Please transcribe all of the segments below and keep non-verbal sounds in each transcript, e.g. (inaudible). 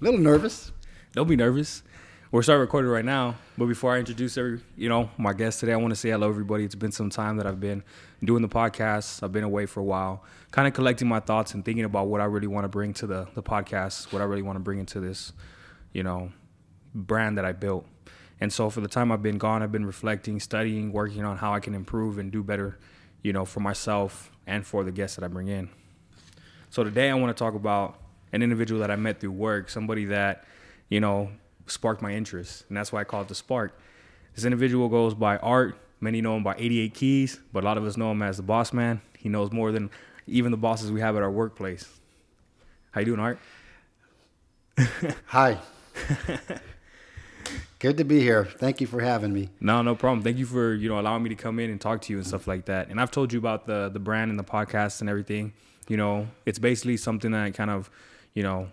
little nervous. Don't be nervous. We're starting recording right now, but before I introduce every, you know, my guest today, I want to say hello, everybody. It's been some time that I've been doing the podcast. I've been away for a while, kind of collecting my thoughts and thinking about what I really want to bring to the the podcast, what I really want to bring into this, you know, brand that I built. And so, for the time I've been gone, I've been reflecting, studying, working on how I can improve and do better, you know, for myself and for the guests that I bring in. So today I want to talk about an individual that I met through work, somebody that, you know, sparked my interest. And that's why I call it the spark. This individual goes by Art. Many know him by 88 Keys, but a lot of us know him as the boss man. He knows more than even the bosses we have at our workplace. How you doing, Art? Hi. (laughs) Good to be here. Thank you for having me. No, no problem. Thank you for, you know, allowing me to come in and talk to you and stuff like that. And I've told you about the the brand and the podcast and everything. You know, it's basically something that kind of, you know,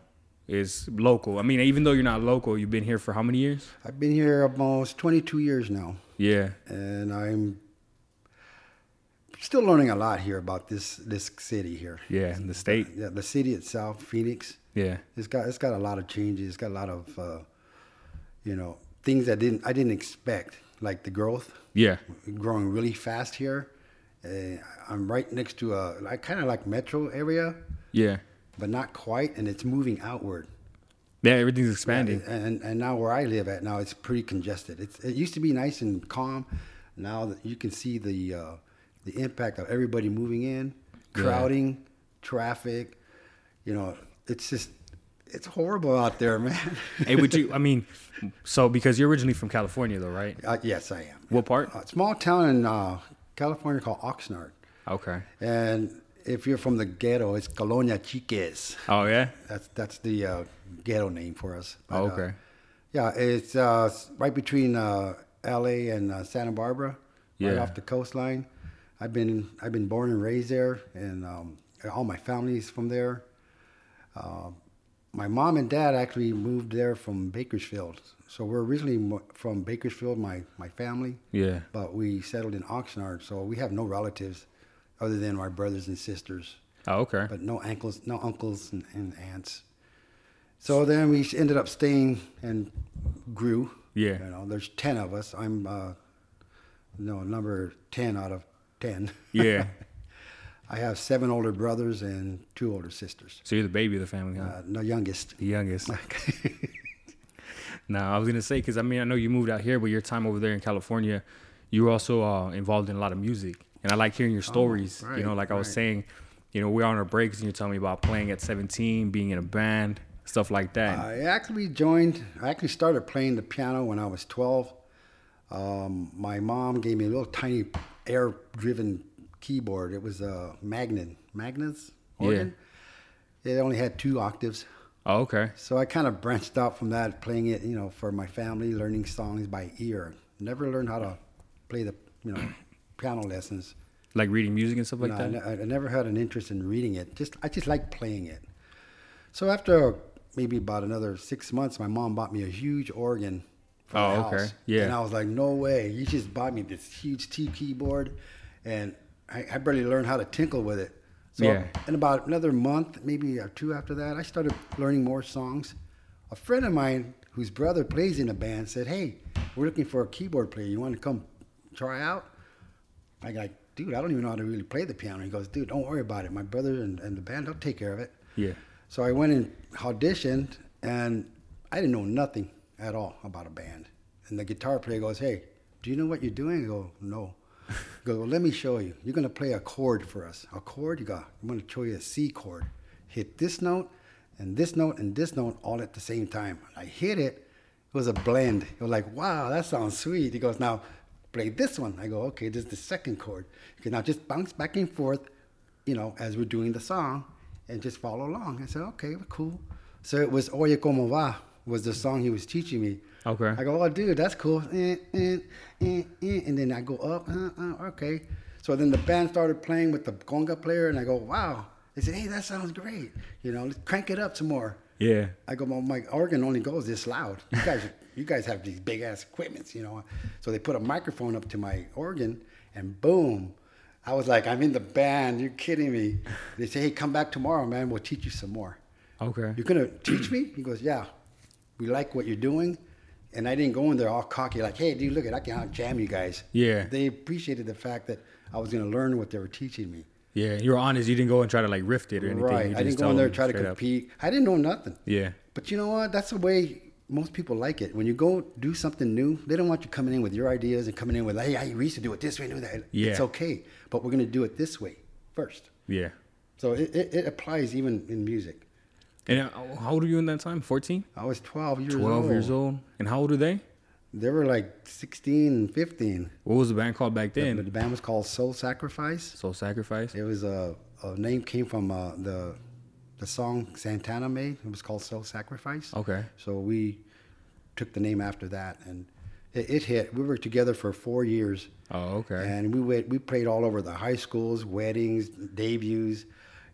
is local. I mean, even though you're not local, you've been here for how many years? I've been here almost 22 years now, Yeah. and I'm still learning a lot here about this this city here. Yeah, in the state. Yeah, the city itself, Phoenix. Yeah. It's got it's got a lot of changes. It's got a lot of uh, you know things that didn't I didn't expect, like the growth Yeah. growing really fast here. Uh, I'm right next to a like kind of like metro area, Yeah. but not quite, and it's moving outward. Yeah, everything's expanding. And, and and now where I live at now, it's pretty congested. It's, it used to be nice and calm. Now that you can see the uh, the impact of everybody moving in, crowding, traffic. You know, it's just it's horrible out there, (laughs) man. hey, would you I mean, so because you're originally from California though, right? uh, yes, I am. What part? A small town in uh, California called Oxnard, Okay. and if you're from the ghetto, it's Colonia Chiques. Oh yeah? That's that's the uh, ghetto name for us. Oh, uh, okay. yeah, it's uh, s- right between uh, L.A. and uh, Santa Barbara, right Yeah. off the coastline. I've been I've been born and raised there, and um, all my family's from there. Uh, my mom and dad actually moved there from Bakersfield, so we're originally mo- from Bakersfield. My my family, Yeah. but we settled in Oxnard, so we have no relatives other than our brothers and sisters Oh, okay. but no ankles, no uncles and, and aunts. So then we ended up staying and grew. Yeah. You know, there's ten of us. I'm, uh, no number ten out of ten. (laughs) Yeah. I have seven older brothers and two older sisters. So you're the baby of the family, huh? Uh, the youngest. (laughs) The youngest. now, I was gonna say because I mean I know you moved out here, but your time over there in California, you were also uh, involved in a lot of music, and I like hearing your stories. you Oh, know, right, like I was right. saying, you know, we're on our breaks, and you're telling me about playing at 17, being in a band, stuff like that. I actually joined. I actually started playing the piano when I was 12. Um, my mom gave me a little tiny air-driven keyboard. It was a Magnin, Magnus Yeah. organ. It only had two octaves, oh, okay. so I kind of branched out from that, playing it, you know, for my family, learning songs by ear. Never learned how to play the, you know, piano lessons. Like reading music and stuff like No, I that. ne- I, never had an interest in reading it. Just I just like playing it. So after maybe about another six months, my mom bought me a huge organ. For Oh, the okay. house. Yeah. And I was like, no way! You just bought me this huge T keyboard, and I, I barely learned how to tinkle with it. So Yeah. in about another month, maybe or two after that, I started learning more songs. A friend of mine whose brother plays in a band said, "Hey, we're looking for a keyboard player. You want to come try out?" I like, dude, I don't even know how to really play the piano. He goes, dude, don't worry about it. My brother and, and the band, they'll take care of it. Yeah. So I went and auditioned, and I didn't know nothing at all about a band. And the guitar player goes, hey, do you know what you're doing? I go, no. He goes, well, let me show you. You're going to play a chord for us. A chord? You go, I'm going to show you a C chord. Hit this note, and this note, and this note all at the same time. I hit it. It was a blend. It was like, wow, that sounds sweet. He goes, now play this one. I go, okay, this is the second chord. Okay, now just bounce back and forth, you know, as we're doing the song and just follow along. I said, okay, well, cool. So it was Oye Como Va was the song he was teaching me. Okay. I go, oh, dude, that's cool. Eh, eh, eh, eh. And then I go up, uh, uh, okay. So then the band started playing with the conga player, and I go, wow. They said, hey, that sounds great. You know, let's crank it up some more. Yeah. I go, well, my organ only goes this loud. You guys, (laughs) you guys have these big ass equipments, you know. So they put a microphone up to my organ, and boom, I was like, I'm in the band. You're kidding me. They say, hey, come back tomorrow, man. We'll teach you some more. Okay. You're gonna teach me? He goes, yeah. We like what you're doing, and I didn't go in there all cocky like, hey, dude, look at I can out jam you guys. Yeah. They appreciated the fact that I was gonna learn what they were teaching me. Yeah, you were honest. You didn't go and try to like rift it or anything. Right. You I just didn't go in told there them and try to straight up. compete. I didn't know nothing. Yeah. But you know what? That's the way most people like it. When you go do something new, they don't want you coming in with your ideas and coming in with, hey, I used to do it this way, do that. Yeah. It's okay, but we're going to do it this way first. Yeah. So it, it, it applies even in music. And uh, how old were you in that time? 14? I was 12 years 12 old. years old. And how old are they? They were like 16, 15. What was the band called back And the then? band was called Soul Sacrifice. Soul Sacrifice? It was a, a name came from uh, the the song Santana made. It was called Soul Sacrifice. Okay. So we took the name after that, and it, it hit. We were together for four years, Oh, okay. and we went, we played all over the high schools, weddings, debuts,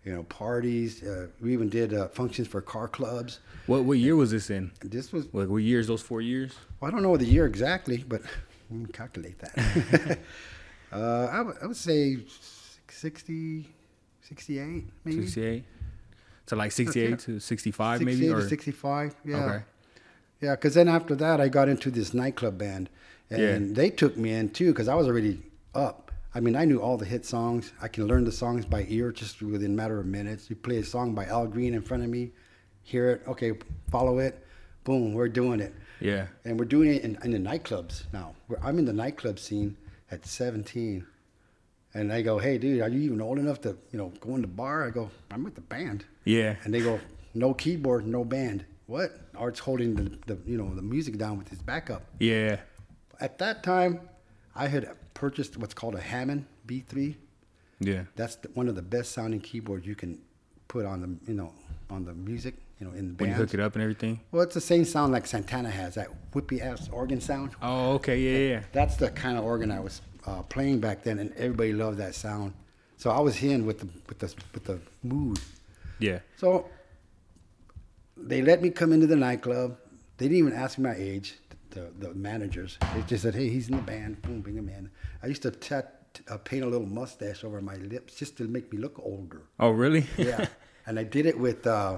you know, parties. Uh, we even did uh, functions for car clubs. What what year was this in? This was Like what years? Those four years? well, I don't know the year exactly, but (laughs) let me calculate that. (laughs) uh, I would- I would say 60, 68, maybe. 68 to like 68 to 65 maybe 68 or to 65 yeah Okay. yeah because then after that i got into this nightclub band and Yeah. they took me in too because i was already up i mean i knew all the hit songs i can learn the songs by ear just within a matter of minutes you play a song by al green in front of me hear it okay follow it boom we're doing it yeah and we're doing it in, in the nightclubs now We're- i'm in the nightclub scene at 17 and they go hey dude are you even old enough to you know go in the bar i go i'm with the band yeah and they go, no keyboard, no band. What? Art's holding the, the you know the music down with his backup. yeah At that time, I had purchased what's called a Hammond B3. yeah That's the, one of the best sounding keyboards you can put on the you know on the music you know in the when you band. hook it up and everything Well, it's the same sound like Santana has that whippy ass organ sound. oh okay yeah yeah That's the kind of organ I was uh, playing back then, and everybody loved that sound. So I was in with the with the with the mood. yeah So they let me come into the nightclub. They didn't even ask me my age, the, the managers. They just said, hey, he's in the band. Boom, bring him in. I used to tat, uh, paint a little mustache over my lips just to make me look older. oh really (laughs) Yeah. and I did it with, uh,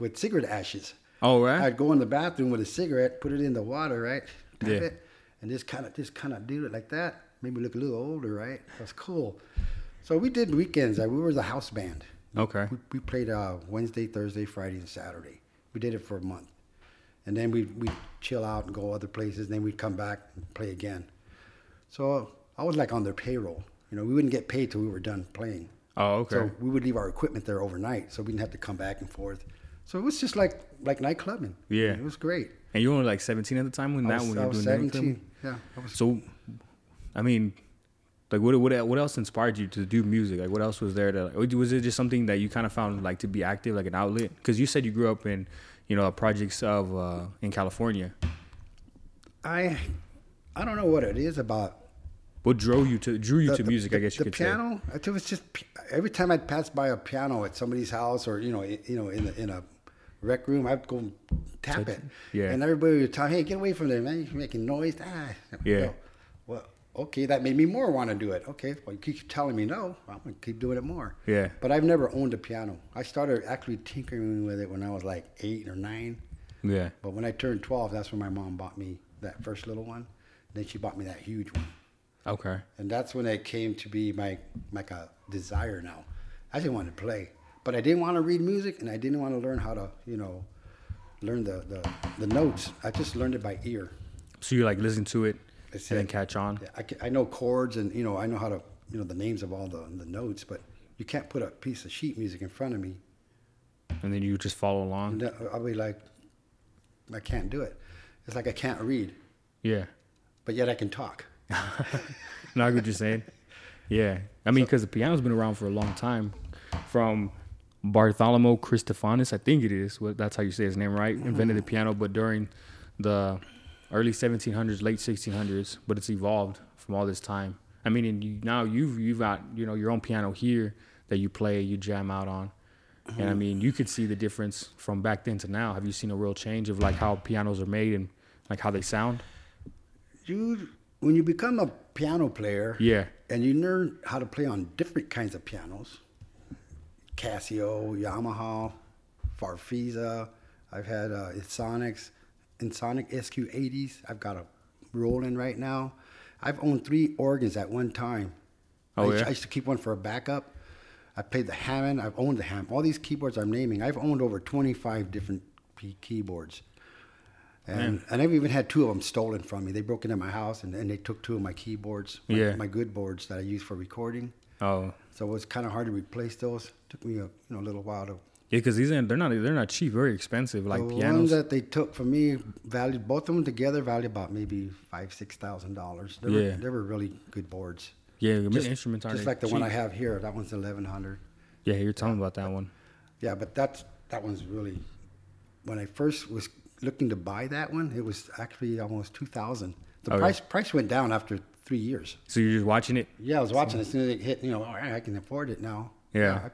with cigarette ashes. all Oh, right I'd go in the bathroom with a cigarette, put it in the water, right? Tap Yeah. it, and just kind of just kind of do it like that. Made me look a little older, right? That's cool. So we did weekends. Like we were the house band. okay We, we played uh, Wednesday, Thursday, Friday, and Saturday. We did it for a month, and then we we chill out and go other places. And then we'd come back and play again. So I was like on their payroll. You know, we wouldn't get paid till we were done playing. (laughs) oh okay So we would leave our equipment there overnight, so we didn't have to come back and forth. So it was just like like nightclubbing. Yeah. it was great. and you were only like 17 at the time when I that was, when I you were was doing that seventeen. increment? Yeah, I was. so I mean like what, what what else inspired you to do music like what else was there to like, was it just something that you kind of found like to be active like an outlet because you said you grew up in you know projects of uh in California I I don't know what it is about what drove you to drew you the- to the- music The, I guess you the could say piano. It was just p- every time I'd pass by a piano at somebody's house or you know i- you know in a, in a rec room, I'd go and tap it. yeah. And everybody would tell, "Hey, get away from there, man! You're making noise." Ah. Yeah. Well, okay, that made me more want to do it. Okay, well, you keep telling me no, I'm gonna keep doing it more. Yeah. But I've never owned a piano. I started actually tinkering with it when I was like eight or nine. yeah But when I turned 12, that's when my mom bought me that first little one. Then she bought me that huge one okay and that's when it came to be my like a desire now i just wanted to play but i didn't want to read music and i didn't want to learn how to you know learn the the, the notes i just learned it by ear So you like listen to it That's and then it. catch on. I, ca- I know chords and you know i know how to you know the names of all the, the notes but you can't put a piece of sheet music in front of me And then you just follow along. and then i'll be like i can't do it it's like i can't read Yeah. but yet i can talk (laughs) No, I get what you're saying. Yeah. I mean, because the piano's been around for a long time. From Bartholomew Christofanis, I think it is. Well, that's how you say his name, right? Invented the piano, but during the early 1700s, late 1600s. But it's evolved from all this time. I mean, and you, now you've you've got you know your own piano here that you play, you jam out on, and I mean you could see the difference from back then to now. Have you seen a real change of like how pianos are made and like how they sound? You when you become a piano player, Yeah. and you learn how to play on different kinds of pianos, Casio, Yamaha, Farfisa. I've had uh, Insonics, Insonic SQ80s. I've got a rolling right now. I've owned three organs at one time. Oh, I, used- yeah? I used to keep one for a backup. I played the Hammond. I've owned the Hammond. All these keyboards I'm naming, I've owned over 25 different key- keyboards. And, and I've even had two of them stolen from me. They broke into my house and, and they took two of my keyboards, my, Yeah. my good boards that I use for recording. Oh, So it was kind of hard to replace those. took me a you know, little while to. yeah, because these ain't, they're not they're not cheap, very expensive. Like the ones pianos, that they took from me valued both of them together valued about maybe five six thousand dollars. They were Yeah. they were really good boards. yeah, instruments aren't just like the one I cheap. have here. That one's eleven hundred. Yeah, you're telling me about that one. Yeah, but that's that one's really. When I first was looking to buy that one, it was actually almost two thousand. The Oh, yeah. price price went down after three years. So you're just watching it. Yeah, I was watching as soon as it hit. You know, all right, I can afford it now. Yeah. I-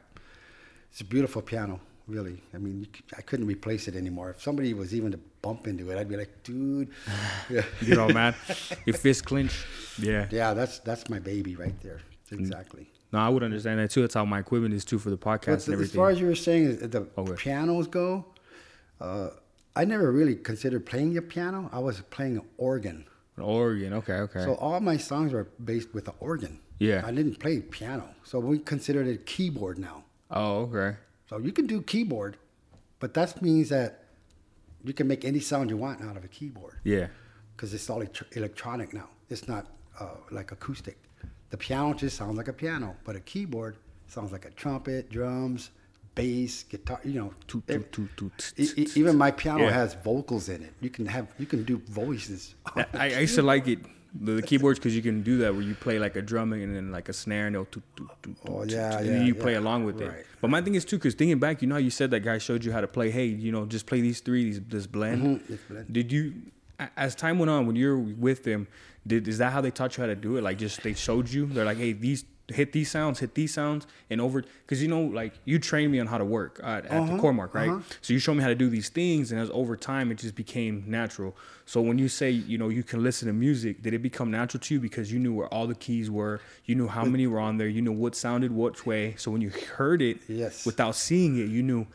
it's a beautiful piano, really. I mean, you c- I couldn't replace it anymore. If somebody was even to bump into it, I'd be like, (sighs) dude. Yeah, You know, (laughs) man, your fist clench. Yeah. yeah, that's that's my baby right there. Mm. Exactly. No, I would understand that too. That's how my equipment is too for the But podcast th- and as far everything. Oh, as you were saying, is the Okay. pianos go, uh, I never really considered playing the piano. I was playing an organ. Oregon. Okay. Okay. So all my songs were based with the organ. Yeah. I didn't play piano. So we considered it keyboard now. oh, okay. So you can do keyboard, but that means that you can make any sound you want out of a keyboard Yeah. because it's all elect- electronic now. It's not uh, like acoustic. The piano just sounds like a piano, but a keyboard sounds like a trumpet, drums, bass, guitar. You know, Toot, ev- toot, toot, toot, e- e- even my piano Yeah. has vocals in it. You can have you can do voices. I, I used to like it, the, the keyboards, because you can do that where you play like a drum and then like a snare and they'll toot, toot, toot, Oh, toot, yeah, toot, and yeah, then you play yeah. along with Right. it. But my thing is too, because thinking back, you know how you said that guy showed you how to play. Hey, you know, just play these three, these this blend. Mhm, this blend. Did you, a- as time went on, when you were with them, did is that how they taught you how to do it? Like just they showed you, they're like, hey, these hit these sounds, hit these sounds, and over. Because you know, like you trained me on how to work uh, at the Cormark, right? So you showed me how to do these things, and as over time, it just became natural. So when you say, you know, you can listen to music, did it become natural to you because you knew where all the keys were, you knew how many were on there, you knew what sounded which way. So when you heard it, Yes. without seeing it, you knew,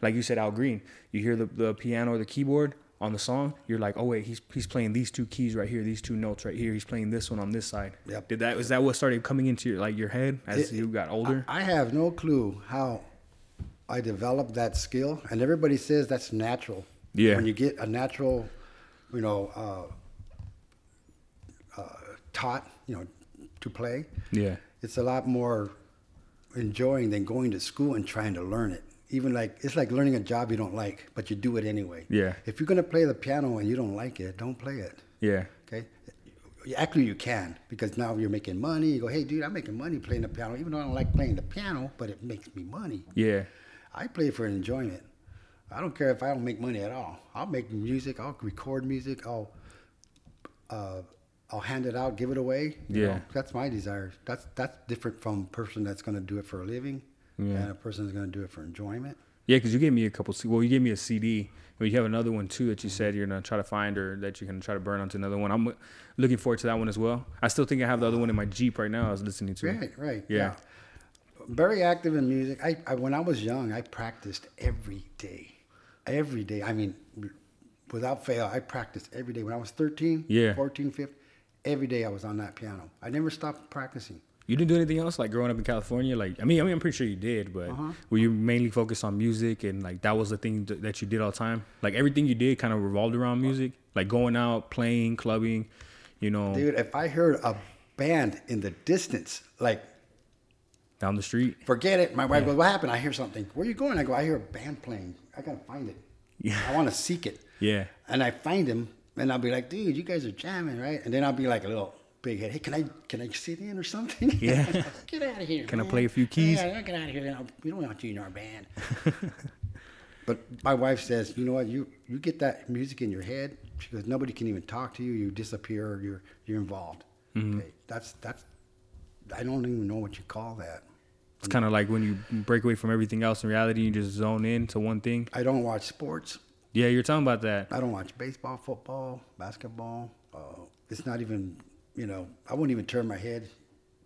like you said, Al Green. You hear the, the piano or the keyboard on the song, you're like, oh wait, he's he's playing these two keys right here, these two notes right here. He's playing this one on this side. Yep. Did that is that what started coming into your like your head as It- you got older? I have no clue how I developed that skill, and everybody says that's natural. Yeah. When you get a natural, you know, uh, uh, taught, you know, to play, yeah. it's a lot more enjoying than going to school and trying to learn it. Even like it's like learning a job you don't like, but you do it anyway. Yeah. If you're gonna play the piano and you don't like it, don't play it. Yeah. Okay. Actually, you can because now you're making money. You go, hey, dude, I'm making money playing the piano, even though I don't like playing the piano, but it makes me money. Yeah. I play for enjoyment. I don't care if I don't make money at all. I'll make music. I'll record music. I'll uh, I'll hand it out, give it away. you Yeah. know. that's my desire. That's that's different from a person that's going to do it for a living, Yeah. and a person that's going to do it for enjoyment. Yeah, because you gave me a couple. C- Well, you gave me a CD. But you have another one too that you said you're gonna try to find or that you're gonna try to burn onto another one. I'm looking forward to that one as well. I still think I have the other one in my Jeep right now. I was listening to. Right, right. Yeah. Very active in music. I, I when I was young, I practiced every day, every day. I mean, without fail, I practiced every day. When I was 13, Yeah. 14, 15, every day I was on that piano. I never stopped practicing. You didn't do anything else like growing up in California? Like, I mean, I mean, I'm pretty sure you did, but Uh-huh. were you mainly focused on music and like that was the thing th- that you did all the time? Like everything you did kind of revolved around music, like going out, playing, clubbing, you know, Dude, if I heard a band in the distance, like down the street. (laughs) forget it. My wife goes, "What happened?" I hear something. Where you going? I go, "I hear a band playing. I gotta find it. Yeah. I want to seek it." Yeah. And I find him, and I'll be like, "Dude, you guys are jamming, right?" And then I'll be like a little big head. Hey, can I can I sit in or something? (laughs) Yeah. get out of here. Can I man. play a few keys? Yeah, get out of here. We don't want you in our (laughs) band. but my wife says, you know what? You you get that music in your head. She goes, nobody can even talk to you. You disappear. Or you're you're involved. Mm-hmm. Okay, that's that's. I don't even know what you call that. It's kind of like when you break away from everything else in reality and you just zone in to one thing. I don't watch sports. Yeah, you're talking about that. I don't watch baseball, football, basketball. Uh, it's not even, you know, I wouldn't even turn my head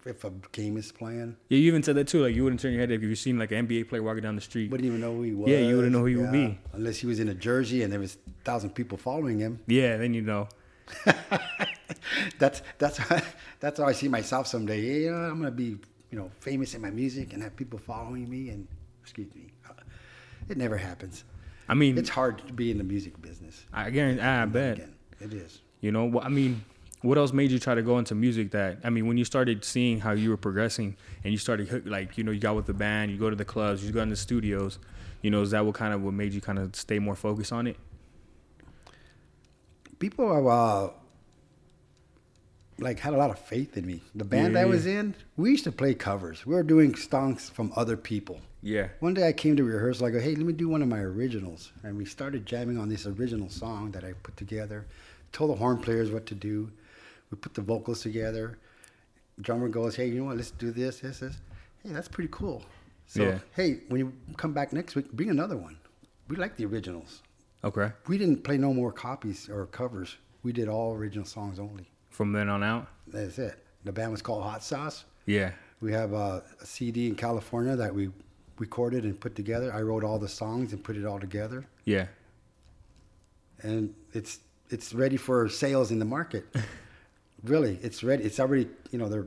if a game is playing. Yeah, you even said that too. Like you wouldn't turn your head if you seen like an NBA player walking down the street. Wouldn't even know who he was. Yeah, you wouldn't know who he would be. unless he was in a jersey and there was a thousand people following him. (laughs) Yeah, then you know. that's that's that's how (laughs) I see myself someday. Yeah, you know, I'm gonna be you know famous in my music and have people following me. And excuse me, uh, it never happens. I mean, It's hard to be in the music business. I guarantee. I bet. Again, it is. You know, wh- I mean, what else made you try to go into music? That I mean, when you started seeing how you were progressing, and you started hook- like you know, you got with the band, you go to the clubs, you go in the studios. You know, is that what kind of what made you kind of stay more focused on it? people have uh, like had a lot of faith in me. The band Yeah, I yeah. was in, we used to play covers. We were doing songs from other people. Yeah. One day I came to rehearsal. I go, hey, let me do one of my originals, and we started jamming on this original song that I put together. Told the horn players what to do. We put the vocals together. Drummer goes, hey, you know what? Let's do this, this, this. Hey, that's pretty cool. So, Yeah. hey, when you come back next week, bring another one. We like the originals Okay. we didn't play no more copies or covers. We did all original songs only. From then on out. That's it. The band was called Hot Sauce. Yeah. We have a, a CD in California that we recorded and put together. I wrote all the songs and put it all together, Yeah. and it's it's ready for sales in the market. really, it's ready. It's already you know they're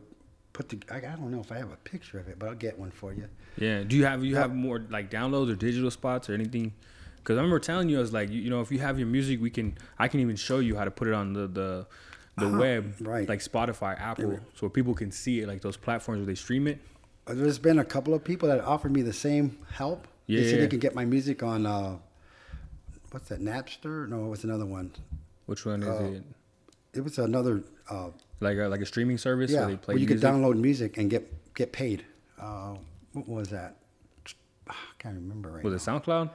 put. To, I, I don't know if I have a picture of it, but I'll get one for you. Yeah. Do you have you have more like downloads or digital spots or anything? Because I remember telling you, I was like, you, you know, if you have your music, we can I can even show you how to put it on the the the web, right. Like Spotify, Apple, so people can see it, like those platforms where they stream it. Uh, There's been a couple of people that offered me the same help. They said Yeah. they could get my music on uh, what's that Napster? No, what's another one? Which one is it? it was another uh, Like a, like a streaming service? yeah where they play where you music? could download music and get get paid. Uh, what was that? Ah, I can't remember right. Was it SoundCloud?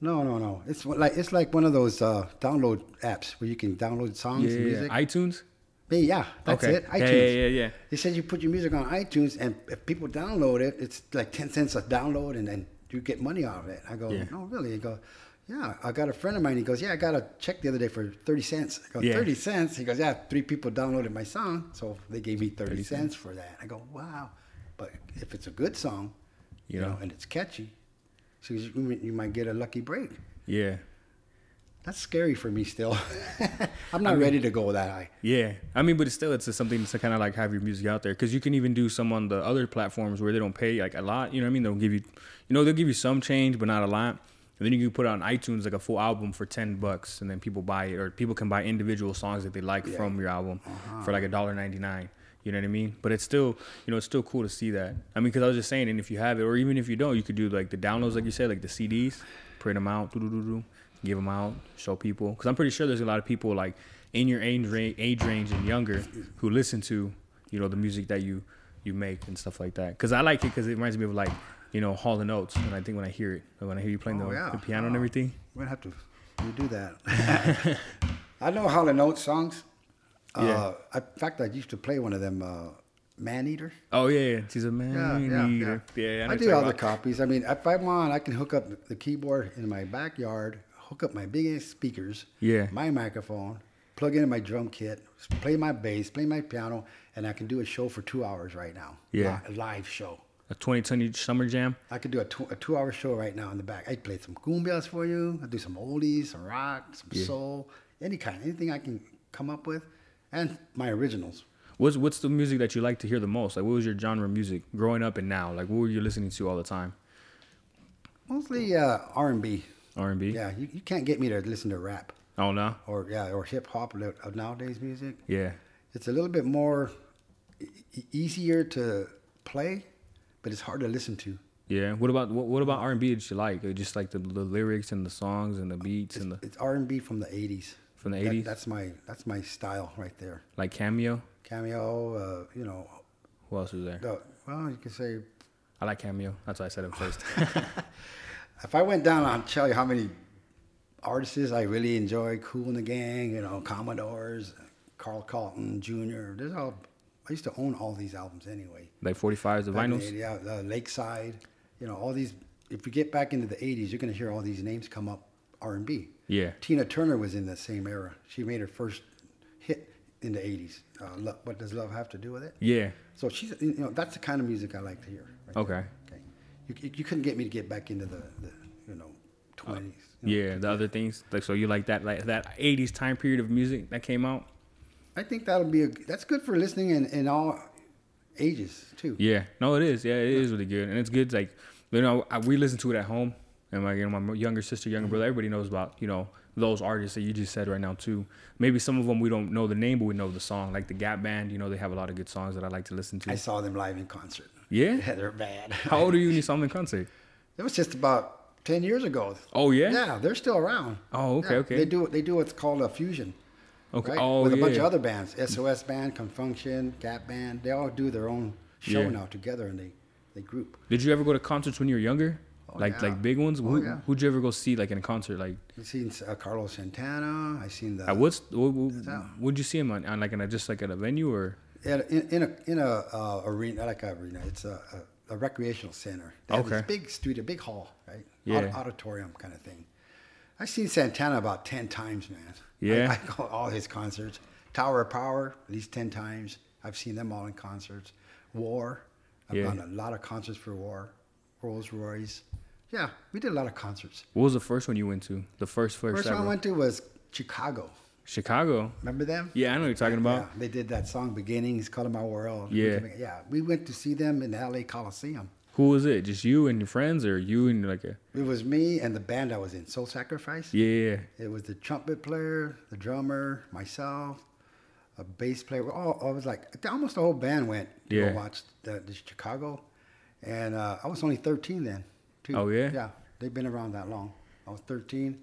now. No, no, no. It's one- like it's like one of those uh, download apps where you can download songs Yeah, and yeah, music. yeah. iTunes. Hey, yeah, that's Okay. it. Yeah, yeah, iTunes. yeah, yeah. They said you put your music on iTunes, and if people download it, it's like ten cents a download, and then you get money out of it. I go, Yeah. no, really? He goes, yeah. I got a friend of mine. He goes, yeah, I got a check the other day for thirty cents. I go, Yeah. thirty cents? He goes, yeah, three people downloaded my song, so they gave me thirty, cents, for that. I go, wow. But if it's a good song, you Yeah. know, and it's catchy, so you, you might- you might get a lucky break. Yeah, That's scary for me still. (laughs) I'm not ready to go that high. yeah. I mean, but it's still, it's just something to kind of like have your music out there because you can even do some on the other platforms where they don't pay like a lot. You know what I mean? They'll give you, you know, they'll give you some change, but not a lot. And then you can put it on iTunes like a full album for ten bucks, and then people buy it, or people can buy individual songs that they like from your album Uh-huh. for like a dollar ninety nine. You know what I mean? But it's still, you know, it's still cool to see that. I mean, because I was just saying, and if you have it, or even if you don't, you could do like the downloads, like you said, like the CDs, print them out, doo doo doo doo, give them out, show people. Because I'm pretty sure there's a lot of people like in your age range, age range and younger who listen to, you know, the music that you you make and stuff like that. Because I like it because it reminds me of like, you know, Hall and Oates. And I think when I hear it, like, when I hear you playing Oh, the, yeah. the piano and Oh. everything, We're gonna have to redo that. (laughs) I know Hall and Oates songs. Uh, I, in fact, I used to play one of them, uh, Man Eater. oh yeah, yeah, she's a Yeah, man yeah, yeah. eater. Yeah, yeah. I, know you're do talking all the about- copies. I mean, if I'm on, I can hook up the keyboard in my backyard, hook up my big ass speakers, Yeah. my microphone, plug in my drum kit, play my bass, play my piano, and I can do a show for two hours right now. Yeah. Li- a live show. a 2020 summer jam. I could do a, tw- a two-hour show right now in the back. I would play some cumbias for you. I would do some oldies, some rock, some soul, any kind, anything I can come up with, and my originals. What's what's the music that you like to hear the most? Like, what was your genre of music growing up and now? Like, what were you listening to all the time? Mostly uh, R&B. R and B. Yeah, you, you can't get me to listen to rap Oh no. or yeah or hip hop or the- of nowadays music. Yeah. It's a little bit more e- e- easier to play, but it's hard to listen to. Yeah. What about what, what about R Uh, and B did you like? Or Just like the, the lyrics and the songs and the beats and the It's R&B from the '80s. from the That- 80s? that's my that's my style right there. like Cameo? Cameo, uh, you know, Who else was there? the, well, you can say I like Cameo. That's why I said it first. (laughs) if I went down, I'll tell you how many artists I really enjoy. Cool in the Gang, you know, Commodores, Carl Carlton Jr. There's all. I used to own all these albums anyway. like 45s, the Back in the vinyls. 80s, Yeah, uh, Lakeside. You know, all these. If you get back into the '80s, you're going to hear all these names come up. R and B. Yeah. Tina Turner was in the same era. She made her first hit in the '80s. Uh, Lo- what does love have to do with it? Yeah. So she's, you know, that's the kind of music I like to hear. right Okay. there. Okay. You, you, you couldn't get me to get back into the, the you know, 20s. you know. Uh, Yeah, the other things. Like so you like that like that 80s time period of music that came out? I think that'll be a, that's good for listening in, in all ages too. Yeah, no, it is. Yeah, it is really good, and it's good. Like you know, I, we listen to it at home, and my you know, my younger sister, younger brother, everybody knows about you know those artists that you just said right now too. Maybe some of them we don't know the name, but we know the song. Like the Gap Band, you know, they have a lot of good songs that I like to listen to. I saw them live in concert. yeah, Yeah, (laughs) they're bad. how old are you when you saw them in concert? It was just about 10 years ago. Oh yeah, Yeah, they're still around. Oh, okay, Yeah, okay. They do they do what's called a fusion. okay. right? Oh With a yeah. bunch of other bands, SOS band, Confunction, Gap band. They all do their own show Yeah. now together, and they they group. Did you ever go to concerts when you were younger? like Oh, yeah. like big ones. Who yeah. who'd you ever go see like in a concert? Like I've seen uh, Carlos Santana. I've seen the at what's what, what, Yeah. would you see him on, on like in a, just like at a venue or? at- in, in a in a uh, arena like a arena. It's a, a, a recreational center. They have this Okay. big studio, big hall, right? Yeah. auditorium kind of thing. I've seen Santana about ten times, man. Yeah. I, I go to all his concerts. Tower of Power, at least ten times. I've seen them all in concerts. War, I've Yeah. done a lot of concerts for War. Rolls Royce, yeah, we did a lot of concerts. What was the first one you went to? The first first, First ever. one I went to was Chicago. Chicago. Remember them? Yeah, I know what you're talking about. Yeah, they did that song "Beginnings," "Color My World." Yeah. yeah. We went to see them in the LA Coliseum. Who was it? Just you and your friends, or you and like a It was me and the band I was in, Soul Sacrifice. yeah, It was the trumpet player, the drummer, myself, a bass player. We're all I was like almost the whole band went to Yeah. go watch the, the Chicago, and uh, I was only 13 then. Too. Oh, yeah? Yeah, they've been around that long. I was 13.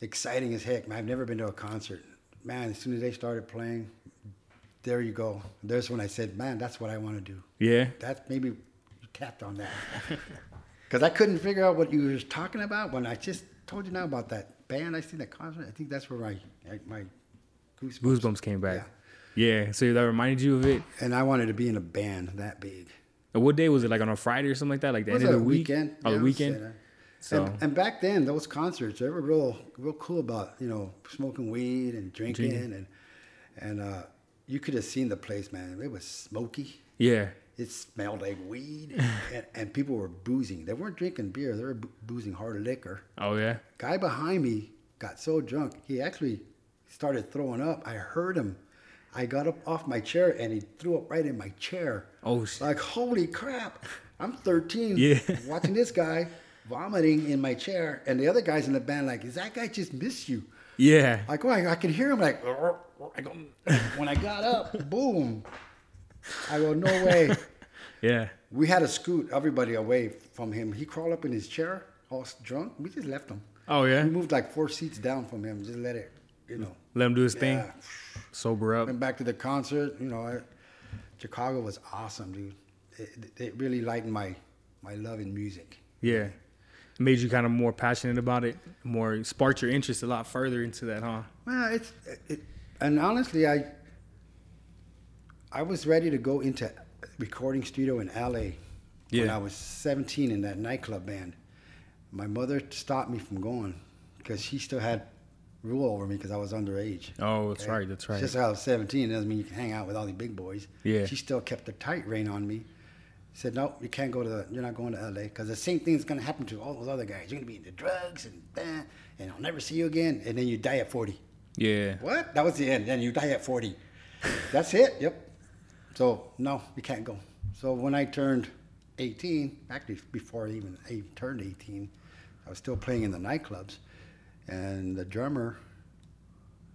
Exciting as heck, man. I've never been to a concert. Man, as soon as they started playing, there you go. There's when I said, man, that's what I want to do yeah, that maybe you tapped on that (laughs) because I couldn't figure out what you were talking about when I just told you now about that band I seen that concert. I think that's where my my goosebumps. goosebumps came back. Yeah. so that reminded you of it. And I wanted to be in a band that big. And what day was it? Like on a Friday or something like that? Like the Was end of it the a week? weekend? Yeah, Oh, the it was, weekend. uh, So And, and back then, those concerts they were real, real cool about you know smoking weed and drinking Drinking. and and uh, you could have seen the place, man. It was smoky. yeah, It smelled like weed, (laughs) and, and people were boozing. They weren't drinking beer; they were boo- boozing hard liquor. oh yeah, guy behind me got so drunk he actually started throwing up i heard him i got up off my chair and he threw up right in my chair Oh, shit. like holy crap i'm 13 Yeah. (laughs) watching this guy vomiting in my chair and the other guys in the band like is that guy just miss you yeah. like oh i, I can hear him like (laughs) I go, when i got up boom i go no (laughs) way yeah. we had to scoot everybody away from him he crawled up in his chair all drunk we just left him Oh yeah. we moved like four seats down from him. Just let it, you know. Let him do his thing. Yeah. Sober up. Went back to the concert. You know, I, Chicago was awesome, dude. It, it really lightened my my love in music. Yeah. Made you kind of more passionate about it. More sparked your interest a lot further into that, huh? Well, it's it, and honestly, I I was ready to go into recording studio in LA when Yeah. I was 17 in that nightclub band. My mother stopped me from going because she still had rule over me because I was underage. Oh, that's right. That's right. Just because I was 17 doesn't mean you can hang out with all these big boys. Yeah. She still kept a tight rein on me. Said, no, you can't go to the, you're not going to LA because the same thing's going to happen to all those other guys. You're going to be into drugs and that, and I'll never see you again. And then you die at 40. yeah. What? That was the end. Then you die at 40. That's it. Yep. So, no, you can't go. So, when I turned 18, actually, before I even, I even turned 18, I was still playing in the nightclubs. And the drummer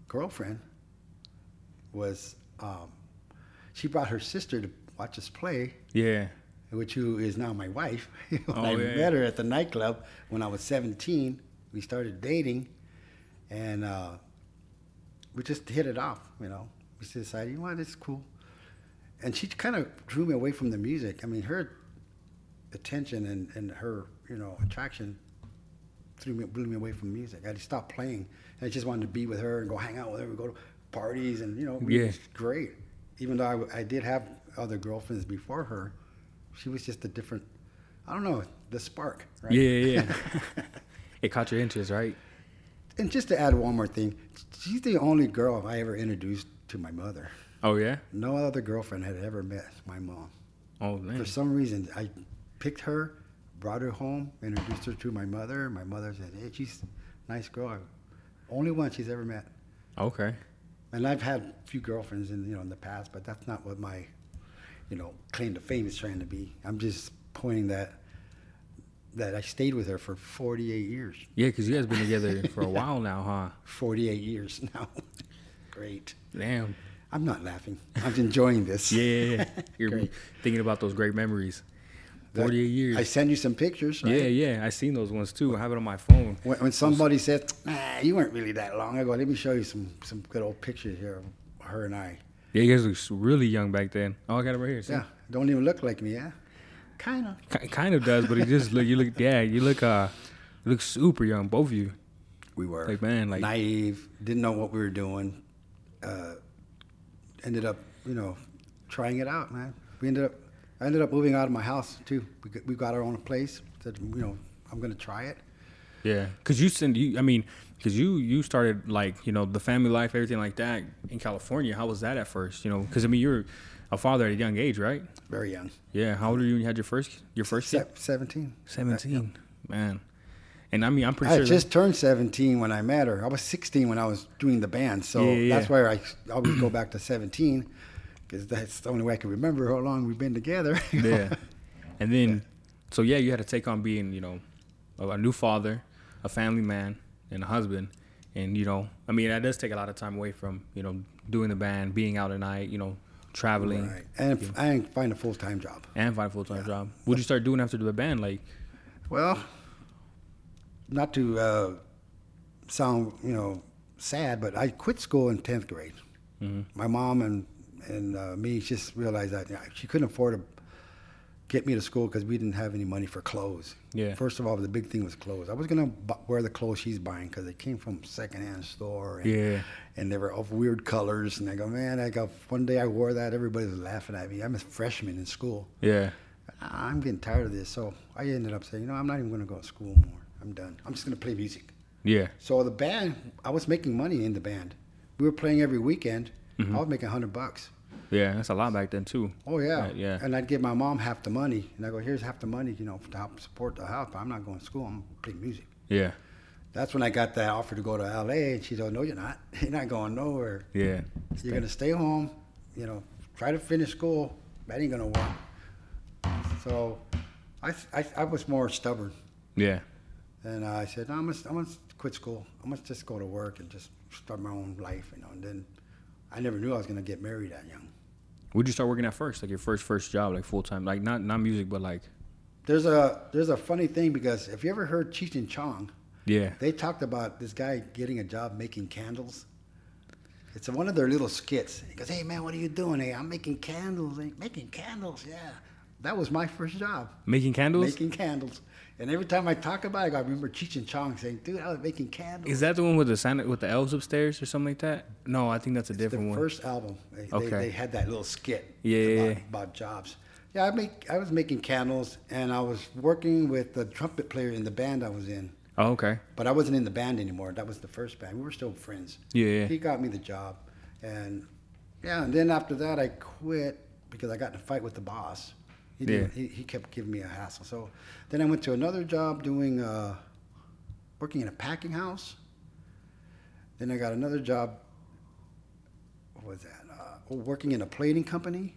girlfriend was, um, she brought her sister to watch us play, Yeah. which who is now my wife. (laughs) When Oh, I yeah. met her at the nightclub when I was 17. We started dating, and uh, we just hit it off, you know. We just decided, you know what, it's cool. And she kind of drew me away from the music. I mean, her attention and, and her, you know, attraction threw me, blew me away from music. I just stopped playing. And I just wanted to be with her and go hang out with her. We go to parties and, you know, we- Yeah. it's great. Even though I, I did have other girlfriends before her, she was just a different, I don't know, the spark, right? Yeah, yeah. yeah. (laughs) it caught your interest, right? And just to add one more thing, she's the only girl I ever introduced to my mother. Oh yeah. No other girlfriend had ever met my mom. Oh man. For some reason, I picked her, brought her home, introduced her to my mother. My mother said, "Hey, she's a nice girl. Only one she's ever met." Okay. And I've had a few girlfriends in you know in the past, but that's not what my you know claim to fame is trying to be. I'm just pointing that that I stayed with her for 48 years. Yeah, because you guys been together (laughs) for a while now, huh? 48 years (laughs) now. Great. Damn. I'm not laughing. (laughs) I'm enjoying this. Yeah, yeah, yeah. (laughs) You're Great. thinking about those great memories. That- 48 years. I send you some pictures. Right? Yeah, yeah. I seen those ones too. I have it on my phone. When, when somebody said, nah, you weren't really that long ago, let me show you some, some good old pictures here of her and I. Yeah, you guys look really young back then. Oh, I got it right here. See? Yeah, don't even look like me, yeah? Kind of. Ki- kind of does, but it just look. You look. Yeah, you look. Uh, you look super young, both of you. We were. Like, man, like- Naive, didn't know what we were doing. Uh, ended up, you know, trying it out, man. We ended up, I ended up moving out of my house too. We got, we got our own place. Said, you know, I'm going to try it. Yeah, because you send you. I mean, because you you started like you know the family life, everything like that in California. How was that at first? You know, because I mean you were a father at a young age, right? Very young. Yeah. How old were you when you had your first your first Se- kid? 17. Seventeen. Man. And I mean, I'm I pretty had sure. just turned 17 when I met her. I was 16 when I was doing the band, so Yeah, yeah, that's yeah. why I always go back to 17 because that's the only way I can remember how long we've been together. (laughs) yeah. And then, so yeah, you had to take on being, you know, a, a new father, a family man, and a husband. And you know, I mean, that does take a lot of time away from you know doing the band, being out at night, you know, traveling, (laughs) Right. And if I didn't find a full time job. and find a full time job. What'd you start doing after the band? Like, Well, not to uh, sound you know sad, but I quit school in 10th grade. Mm-hmm. My mom and and uh, me just realized that yeah, she couldn't afford to get me to school because we didn't have any money for clothes. Yeah. First of all, the big thing was clothes. I was gonna bu wear the clothes she's buying because they came from secondhand store. And, Yeah. And they were of weird colors, and I go, man, I go. One day I wore that, everybody was laughing at me. I'm a freshman in school. yeah, I'm getting tired of this. So I ended up saying, you know, I'm not even going to go to school more. I'm done. I'm just going to play music. yeah, So the band, I was making money in the band. We were playing every weekend. Mm-hmm. I was making 100 bucks. yeah. That's a lot back then too. Oh, yeah. Right, yeah. And I'd give my mom half the money. And I go, here's half the money, you know, to help support the house. But I'm not going to school. I'm going to play music. yeah, That's when I got that offer to go to LA. And she said, no, you're not. (laughs) You're not going nowhere. yeah. You're going to stay home, you know, try to finish school. That ain't going to work. So I, I, I was more stubborn. Yeah, And I said, no, I'm gonna, I'm gonna quit school. I'm gonna just go to work and just start my own life, you know. And then I never knew I was gonna get married that young. where'd you start working at first? Like your first first job, like full time, like not not music, but like There's a there's a funny thing because if you ever heard Cheech and Chong, yeah, they talked about this guy getting a job making candles. It's one of their little skits. He goes, "Hey man, what are you doing? Hey, I'm making candles. Hey, making candles, yeah." That was my first job, making candles. making candles. And every time I talk about it, I remember Cheech and Chong saying, "Dude, I was making candles." Is that the one with the Santa, with the elves upstairs or something like that? No, I think that's a different the one. first album. They, Okay. they, they had that little skit Yeah, yeah, about, yeah. about jobs. Yeah, I make I was making candles and I was working with the trumpet player in the band I was in. Oh, okay. But I wasn't in the band anymore. That was the first band. We were still friends. Yeah, yeah. He got me the job and yeah, and then after that I quit because I got in a fight with the boss. He didn't, he, Yeah. he kept giving me a hassle. So then I went to another job doing uh, working in a packing house. Then I got another job. What was that? Uh, oh, working in a plating company.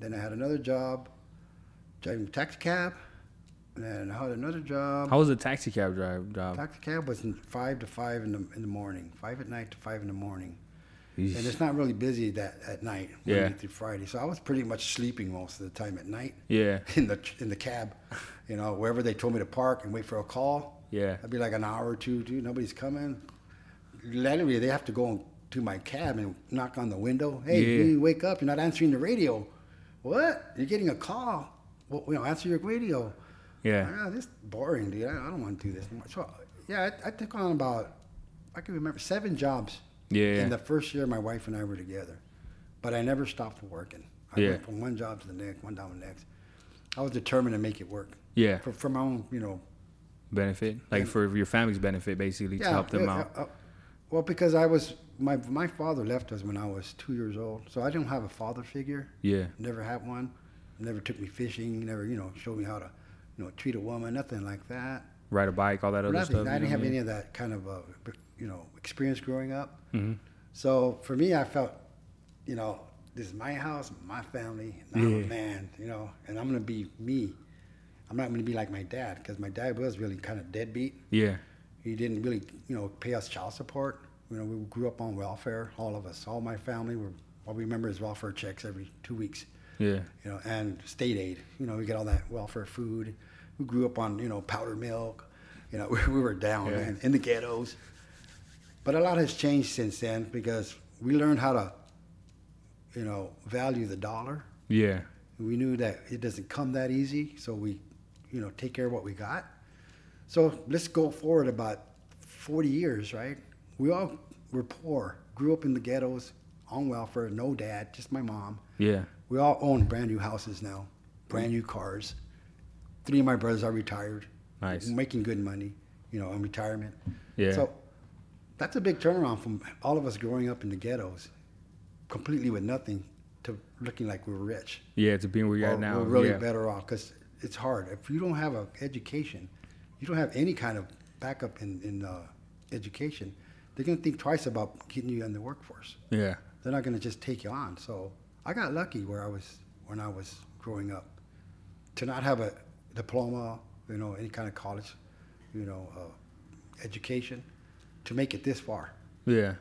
Then I had another job driving taxi cab. And then I had another job. How was the taxi cab drive job? Taxi cab was in five to five in the in the morning, five at night to five in the morning, Yeesh. and it's not really busy that at night, Monday Yeah. through Friday. So I was pretty much sleeping most of the time at night yeah, (laughs) in the in the cab, you know, wherever they told me to park and wait for a call. Yeah. I'd be like an hour or two, dude. Nobody's coming. Literally, they have to go and to my cab and knock on the window. Hey, Yeah. you wake up. You're not answering the radio. What? You're getting a call. Well, you know, answer your radio. Yeah. Ah, this is boring, dude. I, I don't want to do this. no more." So, yeah, I, I took on about, I can remember, seven jobs Yeah. in the first year my wife and I were together. But I never stopped working. I Yeah. went from one job to the next, one job to the next. I was determined to make it work Yeah. for, for my own, you know. Benefit. Like for your family's benefit, basically, to help them uh, out. uh, well, because I was, my, my father left us when I was two years old. So I didn't have a father figure. Yeah. Never had one. Never took me fishing. Never, you know, showed me how to, you know, treat a woman, nothing like that. Ride a bike, all that other Nothing. stuff. I you didn't know have what I any mean? of that kind of, uh, you know, experience growing up. Mm-hmm. So for me, I felt, you know, this is my house, my family, and I'm Yeah. a man, you know, and I'm gonna be me. I'm not gonna be like my dad because my dad was really kind of deadbeat. Yeah. He didn't really, you know, pay us child support. You know, we grew up on welfare, all of us, all my family were. All we remember is welfare checks every two weeks Yeah. you know, and state aid. You know, we get all that welfare food. We grew up on, you know, powdered milk. You know, (laughs) we, we were down, Yeah. man, in the ghettos. But a lot has changed since then because we learned how to, you know, value the dollar. Yeah. We knew that it doesn't come that easy, so we, you know, take care of what we got. So let's go forward about 40 years, right? We all were poor, grew up in the ghettos, on welfare, no dad, just my mom. Yeah. We all own brand new houses now, brand new cars. Three of my brothers are retired. Nice. Making good money, you know, in retirement. Yeah. So that's a big turnaround from all of us growing up in the ghettos, completely with nothing, to looking like we're rich. Yeah. To being where you're Or at now. We're Oh, really yeah. better off because it's hard. If you don't have an education, you don't have any kind of backup in, in uh, education, they're going to think twice about getting you in the workforce Yeah. they're not going to just take you on. So I got lucky where I was when I was growing up to not have a diploma, you know, any kind of college, you know, uh, education, to make it this far. Yeah.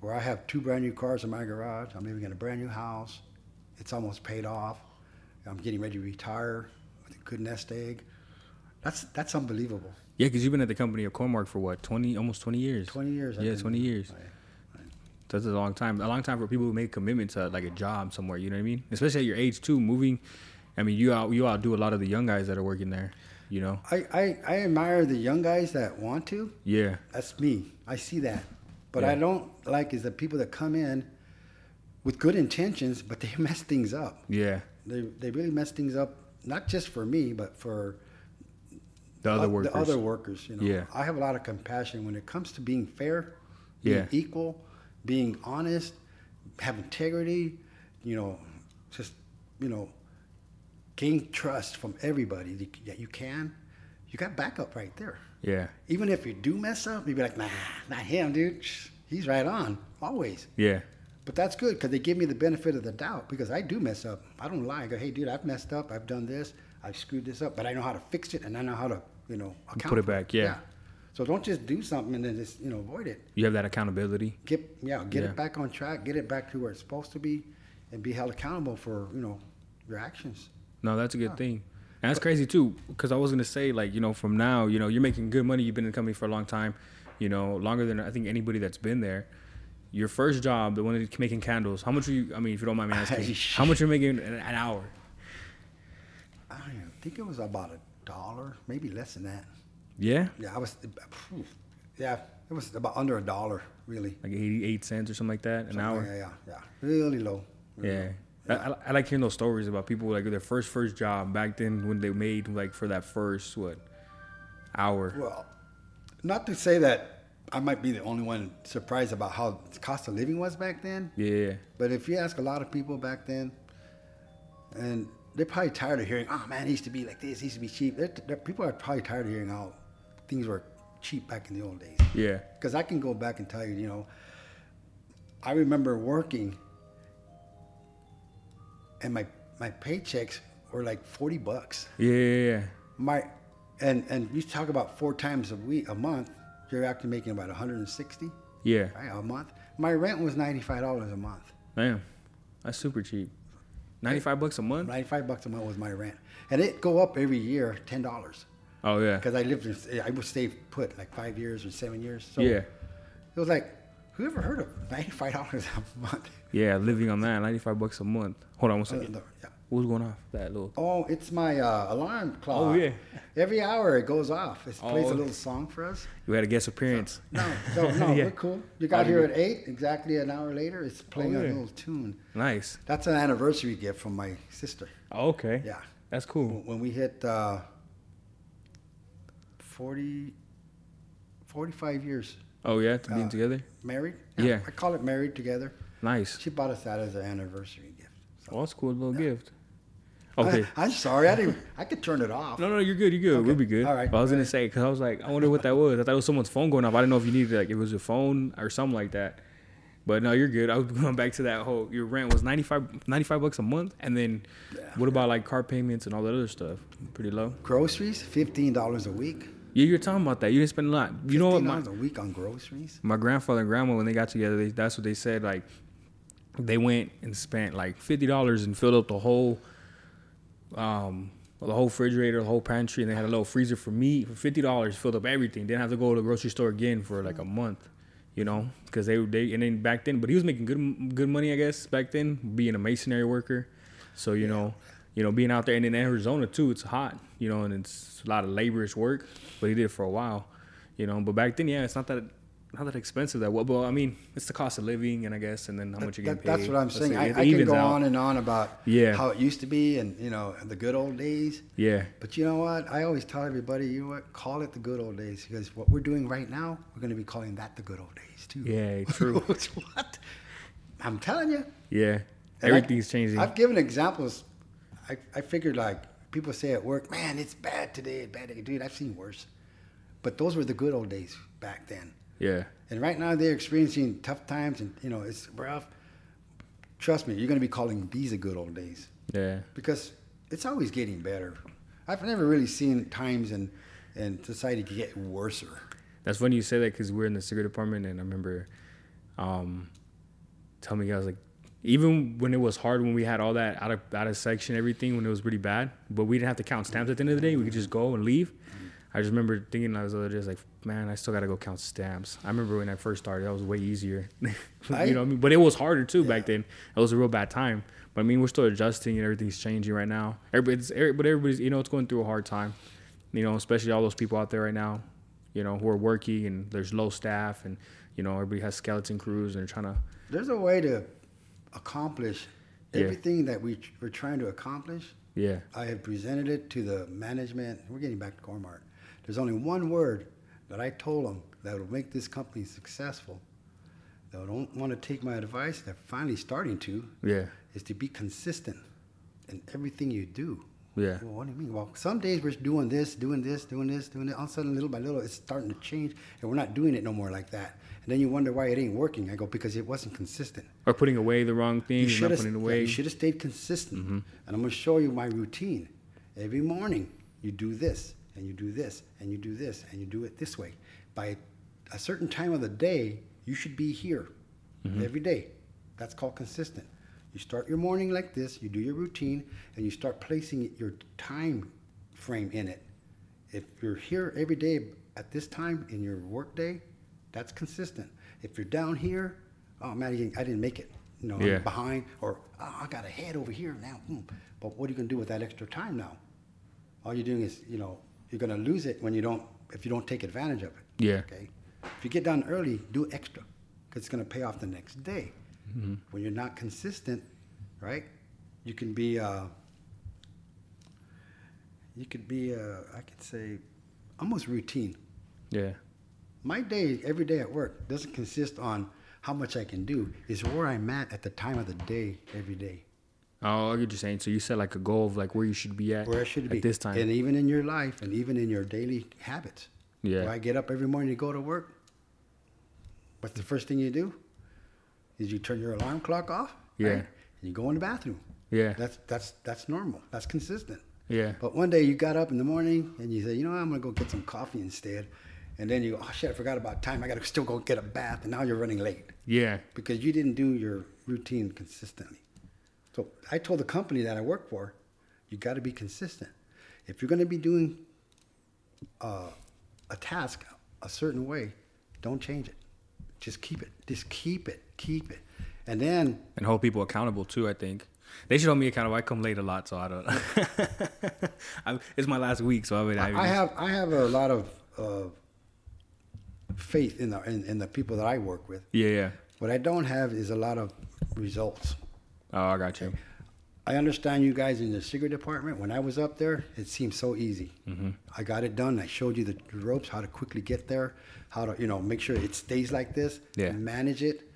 Where I have two brand new cars in my garage, I'm living in a brand new house. It's almost paid off. I'm getting ready to retire with a good nest egg. That's that's unbelievable. Yeah, because you've been at the company of Cormark for what, twenty, almost twenty years. 20 years. I've Yeah, been- twenty years. That's a long time. A long time for people who make commitment to like a job somewhere. You know what I mean? Especially at your age too. Moving, I mean, you out you outdo a lot of the young guys that are working there. You know? I, I, I admire the young guys that want to, Yeah. That's me. I see that. But Yeah. I don't like is the people that come in with good intentions, but they (laughs) mess things up. Yeah. They, they really mess things up, not just for me, but for The other oth- workers. Uh, The other workers, you know. Yeah. I have a lot of compassion when it comes to being fair, Yeah. being equal, being honest, have integrity, you know, just, you know, gain trust from everybody that you- that you can. You got backup right there Yeah. even if you do mess up, you'd be like, nah, not him, dude. Shh, He's right on, always. Yeah. But that's good because they give me the benefit of the doubt because I do mess up. I don't lie. I go, hey, dude, I've messed up. I've done this. I've screwed this up, but I know how to fix it and I know how to, you know, account Put it for back, yeah. So don't just do something and then just, you know, avoid it. You have that accountability. Get, yeah, get Yeah. it back on track, get it back to where it's supposed to be and be held accountable for, you know, your actions. No, that's a good thing. And that's crazy too, because I was gonna say like you know from now you know you're making good money. You've been in the company for a long time, you know longer than I think anybody that's been there. Your first job, the one that's making candles. How much are you? I mean, if you don't mind me asking, how much you're making an, an hour? I don't know, think it was about a dollar, maybe less than that. Yeah, Yeah, I was. phew. Yeah, it was about under a dollar, really. like eighty-eight cents or something like that an hour. Yeah, yeah, yeah. Really low. Yeah. I, I, I like hearing those stories about people like their first first job back then when they made like for that first what hour. Well, not to say that I might be the only one surprised about how the cost of living was back then, Yeah, but if you ask a lot of people back then, and they're probably tired of hearing, "Oh man, it used to be like this. It used to be cheap." They're, they're, people are probably tired of hearing how things were cheap back in the old days. yeah, Because I can go back and tell you, you know, I remember working, and my my paychecks were like forty bucks. yeah, yeah, yeah. My and and you talk about four times a week a month, you're actually making about one hundred and sixty yeah. right, a month. My rent was ninety five dollars a month. Damn, that's super cheap. Ninety-five bucks a month. Ninety five bucks a month was my rent, and it go up every year ten dollars. Oh yeah, Because I lived in, I would stay put like five years or seven years. So yeah, It was like, whew, Who ever heard of ninety-five dollars a month? Yeah, living on that, 95 bucks a month. Hold on one second. no, (laughs) yeah. What's going off? That little. Oh, it's my uh, alarm clock. Oh, yeah. Every hour it goes off. It plays Oh. a little song for (laughs) us. You had a guest appearance. No, so, no, Yeah. Oh, we're cool. You got here at eight. Exactly an hour later, it's playing yeah. a little tune. Nice. Oh, That's an anniversary gift from my sister. Okay. Yeah. That's cool. When we hit uh, 40, 45 years Oh yeah, to being Uh, together. married. Yeah. I call it married together. Nice. She bought us that as an anniversary gift. (laughs) Well, that's cool. A little gift. Okay. I, am sorry. I didn't. I could turn it off. No, no, you're good. You're good. We'll be good. All right. But I was gonna say because I was like, I wonder what that was. I thought it was someone's phone going off. I didn't know if you needed like if it was your phone or something like that. But no, you're good. I was (laughs) going back to that whole your rent was 95, 95 bucks a month, and then what about like car payments and all that other stuff? Pretty low. Groceries, fifteen dollars a week. Yeah, you're talking about that. You didn't spend a lot. You know what? $15 My, a week on groceries. my grandfather and grandma when they got together they, that's what they said like they went and spent like $50 and filled up the whole um the whole refrigerator the whole pantry and they had a little freezer for meat for $50 filled up everything didn't have to go to the grocery store again for like a month you know because they they and then back then but he was making good good money i guess back then being a masonry worker so you know you know being out there and in arizona too it's hot you know and it's a lot of laborious work but he did it for a while you know but back then yeah it's not that not that expensive that well, well i mean it's the cost of living and i guess and then how much you get That, paid that's what I'm Let's saying. say I, it I can evens go out. on and on about Yeah. how it used to be and you know the good old days. yeah But you know what? I always tell everybody, you know what? Call it the good old days because what we're doing right now, we're going to be calling that the good old days too. (laughs) Yeah, true. It's what? I'm telling you. yeah And I- everything's changing I've given examples. I, I figured like people say at work, man, it's bad today, it's bad today. Dude, I've seen worse. But those were the good old days back then. yeah And right now they're experiencing tough times and you know, it's rough. Trust me, you're gonna be calling these the good old days. yeah Because it's always getting better. I've never really seen times in in society get worse. That's funny you say that because we're in the cigarette department, and I remember um, telling me I was like, even when it was hard, when we had all that out of out of section, everything, when it was really bad, but we didn't have to count stamps at the end of the day. We could just go and leave. I just remember thinking I was the other day, I was like, man, I still gotta go count stamps. I remember when I first started, that was way easier. (laughs) you I- know what I mean? But it was harder too back then. It was a real bad time. But I mean, we're still adjusting and everything's changing right now. Everybody's, every- but everybody's, you know, it's going through a hard time. You know, especially all those people out there right now, you know, who are working and there's low staff and, you know, everybody has skeleton crews and they're trying to, There's a way to accomplish Yeah. everything that we we're trying to accomplish yeah. I have presented it to the management. We're getting back to Cormart. There's only one word that I told them that will make this company successful. They don't want to take my advice. They're finally starting to. Yeah. Is to be consistent in everything you do. Yeah. Well, what do you mean? Well, some days we're doing this, doing this, doing this, doing it. All of a sudden, little by little, it's starting to change, and we're not doing it no more like that. And then you wonder why it ain't working. I go because it wasn't consistent. Or putting away the wrong thing, You and not should have. putting away. You should have stayed consistent. And I'm going to show you my routine. Every morning, you do this, and you do this, and you do this, and you do it this way. By a certain time of the day, you should be here every day. That's called consistent. You start your morning like this. You do your routine, and you start placing your time frame in it. If you're here every day at this time in your workday, that's consistent. If you're down here, oh man, I didn't- I didn't make it. You know, I'm Yeah. behind, or oh, I got a head over here now. Hmm. But what are you gonna do with that extra time now? All you're doing is, you know, you're gonna lose it when you don't if you don't take advantage of it. Yeah. Okay. If you get done early, do extra because it's gonna pay off the next day. When you're not consistent, right? You can be. Uh, you could be, uh, I could say, almost routine. yeah. My day, every day at work, doesn't consist on how much I can do. It's where I'm at at the time of the day, every day, Oh, I get you saying. So you set like a goal of like where you should be at. where I should at be. this time. And even in your life, and even in your daily habits. Yeah. Where I get up every morning to go to work. What's the first thing you do? Is you turn your alarm clock off. Yeah. And you go in the bathroom. Yeah. That's that's that's normal. That's consistent. yeah. But one day you got up in the morning and you said, you know, what, I'm gonna go get some coffee instead. And then you, go, oh shit, I forgot about time. I gotta still go get a bath. And now you're running late Yeah. because you didn't do your routine consistently. So I told the company that I work for, you got to be consistent. If you're gonna be doing uh, a task a certain way, don't change it. Just keep it. Just keep it. Keep it. And then and hold people accountable too. I think they should hold me accountable. I come late a lot, so I don't. (laughs) I, it's my last week, so I mean, I, I have I have a lot of uh, faith in the in, in the people that I work with. Yeah, yeah. What I don't have is a lot of results. Oh, I got you. I understand you guys in the cigarette department. When I was up there, it seemed so easy. Mm-hmm. I got it done. I showed you the ropes, how to quickly get there, how to you know make sure it stays like this, Yeah. manage it,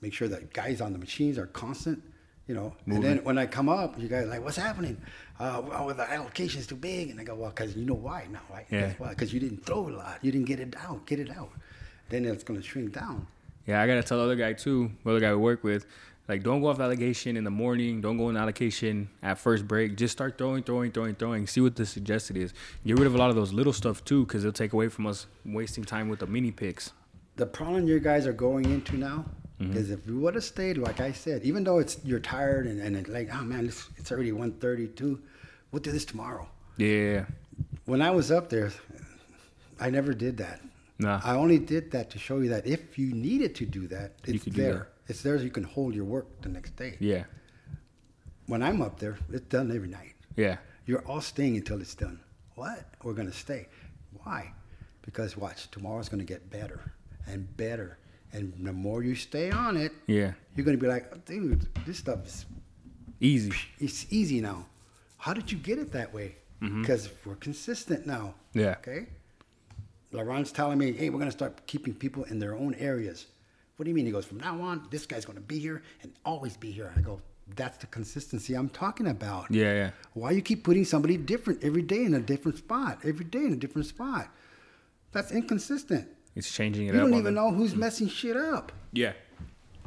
make sure the guys on the machines are constant. You know, and Moving. then when I come up, you guys are like, "What's happening? Uh, well, the allocation's too big." And I go, "Well, because you know why now, right? Yeah. Because you didn't throw a lot. You didn't get it out. Get it out. Then it's going to shrink down. Yeah, I gotta tell the other guy too, the other guy we work with, like don't go off allocation in the morning, don't go on allocation at first break. Just start throwing, throwing, throwing, throwing. See what the suggested is. Get rid of a lot of those little stuff too, because it'll take away from us wasting time with the mini picks. the problem you guys are going into now Mm-hmm. is if you would have stayed, like I said, even though it's you're tired and, and it's like, oh man, it's, it's already 132, we'll do this tomorrow. Yeah. When I was up there, I never did that. Nah. I only did that to show you that if you needed to do that, it's could do there. that. It's there so you can hold your work the next day. Yeah. When I'm up there, it's done every night. Yeah. You're all staying until it's done. What? We're going to stay. Why? Because watch, tomorrow's going to get better and better. And the more you stay on it, Yeah. you're going to be like, dude, this stuff is Easy. it's easy now. How did you get it that way? Because we're consistent now. Mm-hmm. Yeah. Okay. LaRon's telling me, hey, we're going to start keeping people in their own areas. What do you mean? He goes, from now on, this guy's going to be here and always be here. I go, that's the consistency I'm talking about. Yeah, yeah. Why you keep putting somebody different every day in a different spot, every day in a different spot? That's inconsistent. It's changing it You up. don't on even the- Hmm. know who's messing shit up. Yeah.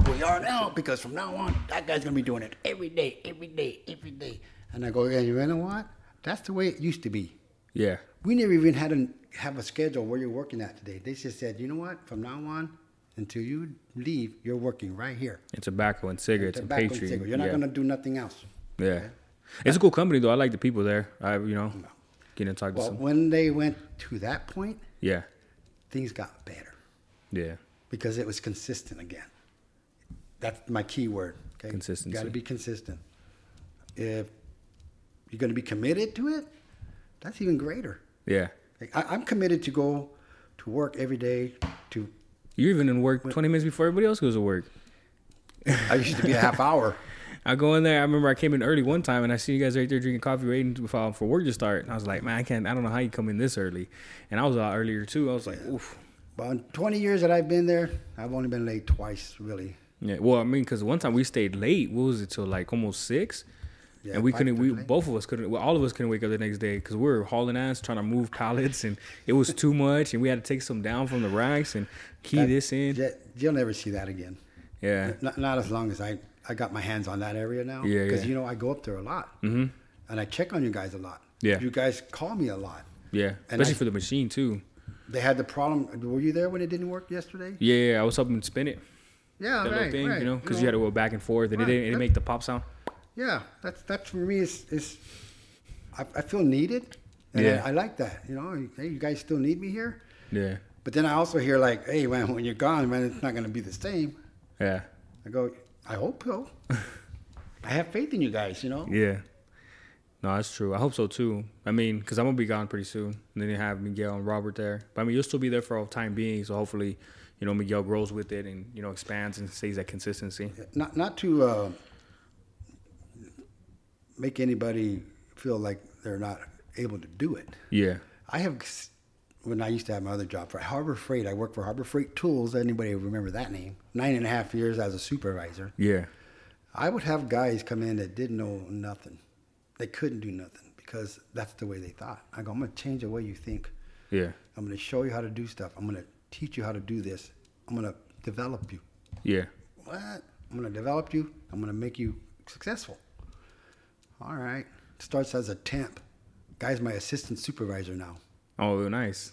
We are now because from now on, that guy's gonna be doing it every day, every day, every day. And I go, yeah, you know what? That's the way it used to be. Yeah. We never even had to have a schedule where you're working at today. They just said, you know what? From now on, until you leave, you're working right here. And tobacco and cigarettes and, Tobacco and Patriot. cigarette. You're not yeah. gonna do nothing else. Yeah. It's a cool company though. I like the people there. I you know getting to talk to Well, some. when they went to that point, Yeah. things got better Yeah. because it was consistent again. That's my key word. Okay? Consistency. Got to be consistent. If you're going to be committed to it, that's even greater. Yeah. Like, I, I'm committed to go to work every day. To You're even in work 20 minutes before everybody else goes to work. I used to be a (laughs) half hour. I go in there. I remember I came in early one time and I see you guys right there drinking coffee, waiting to- for for work to start. And I was like, man, I can't. I don't know how you come in this early. And I was out earlier too. I was like, oof. But in 20 years that I've been there, I've only been late twice, really. Yeah. Well, I mean, because one time we stayed late. What was it till like almost six? Yeah, and we five couldn't. to We late. both of us couldn't. Well, all of us couldn't wake up the next day because we were hauling ass trying to move pallets, and it was too much. And we had to take some down from the racks and key That- this in. Yeah. that- You'll never see that again. Yeah. Not, not as long as I, I got my hands on that area now. Yeah, Because, yeah. you know, I go up there a lot. Mm-hmm. And I check on you guys a lot. Yeah. You guys call me a lot. And Especially I- for the machine too. They had the problem. Were you there when it didn't work yesterday? Yeah, yeah, I was helping spin it. Yeah, That right, little thing, right. you know, because you had to go back and forth, and Right, it didn't. It didn't that- make the pop sound. Yeah, that's that's for me is is I, I feel needed, and Yeah. I, I like that. You know, hey, you guys still need me here, Yeah. but then I also hear like, hey, man, when you're gone, man, it's not gonna be the same. Yeah. I go, I hope (laughs) so. I have faith in you guys. You know, Yeah. No, that's true. I hope so too. I mean, because I'm gonna be gone pretty soon, and then you have Miguel and Robert there. But I mean, you'll still be there for all time being. So hopefully, you know, Miguel grows with it and you know expands and stays that consistency. not not to uh, make anybody feel like they're not able to do it. Yeah. I have, when I used to have my other job for Harbor Freight, I worked for Harbor Freight Tools. Anybody remember that name? Nine and a half years as a supervisor. Yeah. I would have guys come in that didn't know nothing. They couldn't do nothing because that's the way they thought. I go, I'm going to change the way you think. Yeah. I'm going to show you how to do stuff. I'm going to teach you how to do this. I'm going to develop you. Yeah. What? I'm going to develop you. I'm going to make you successful. All right. Starts as a temp. Guy's my assistant supervisor now. Oh, nice.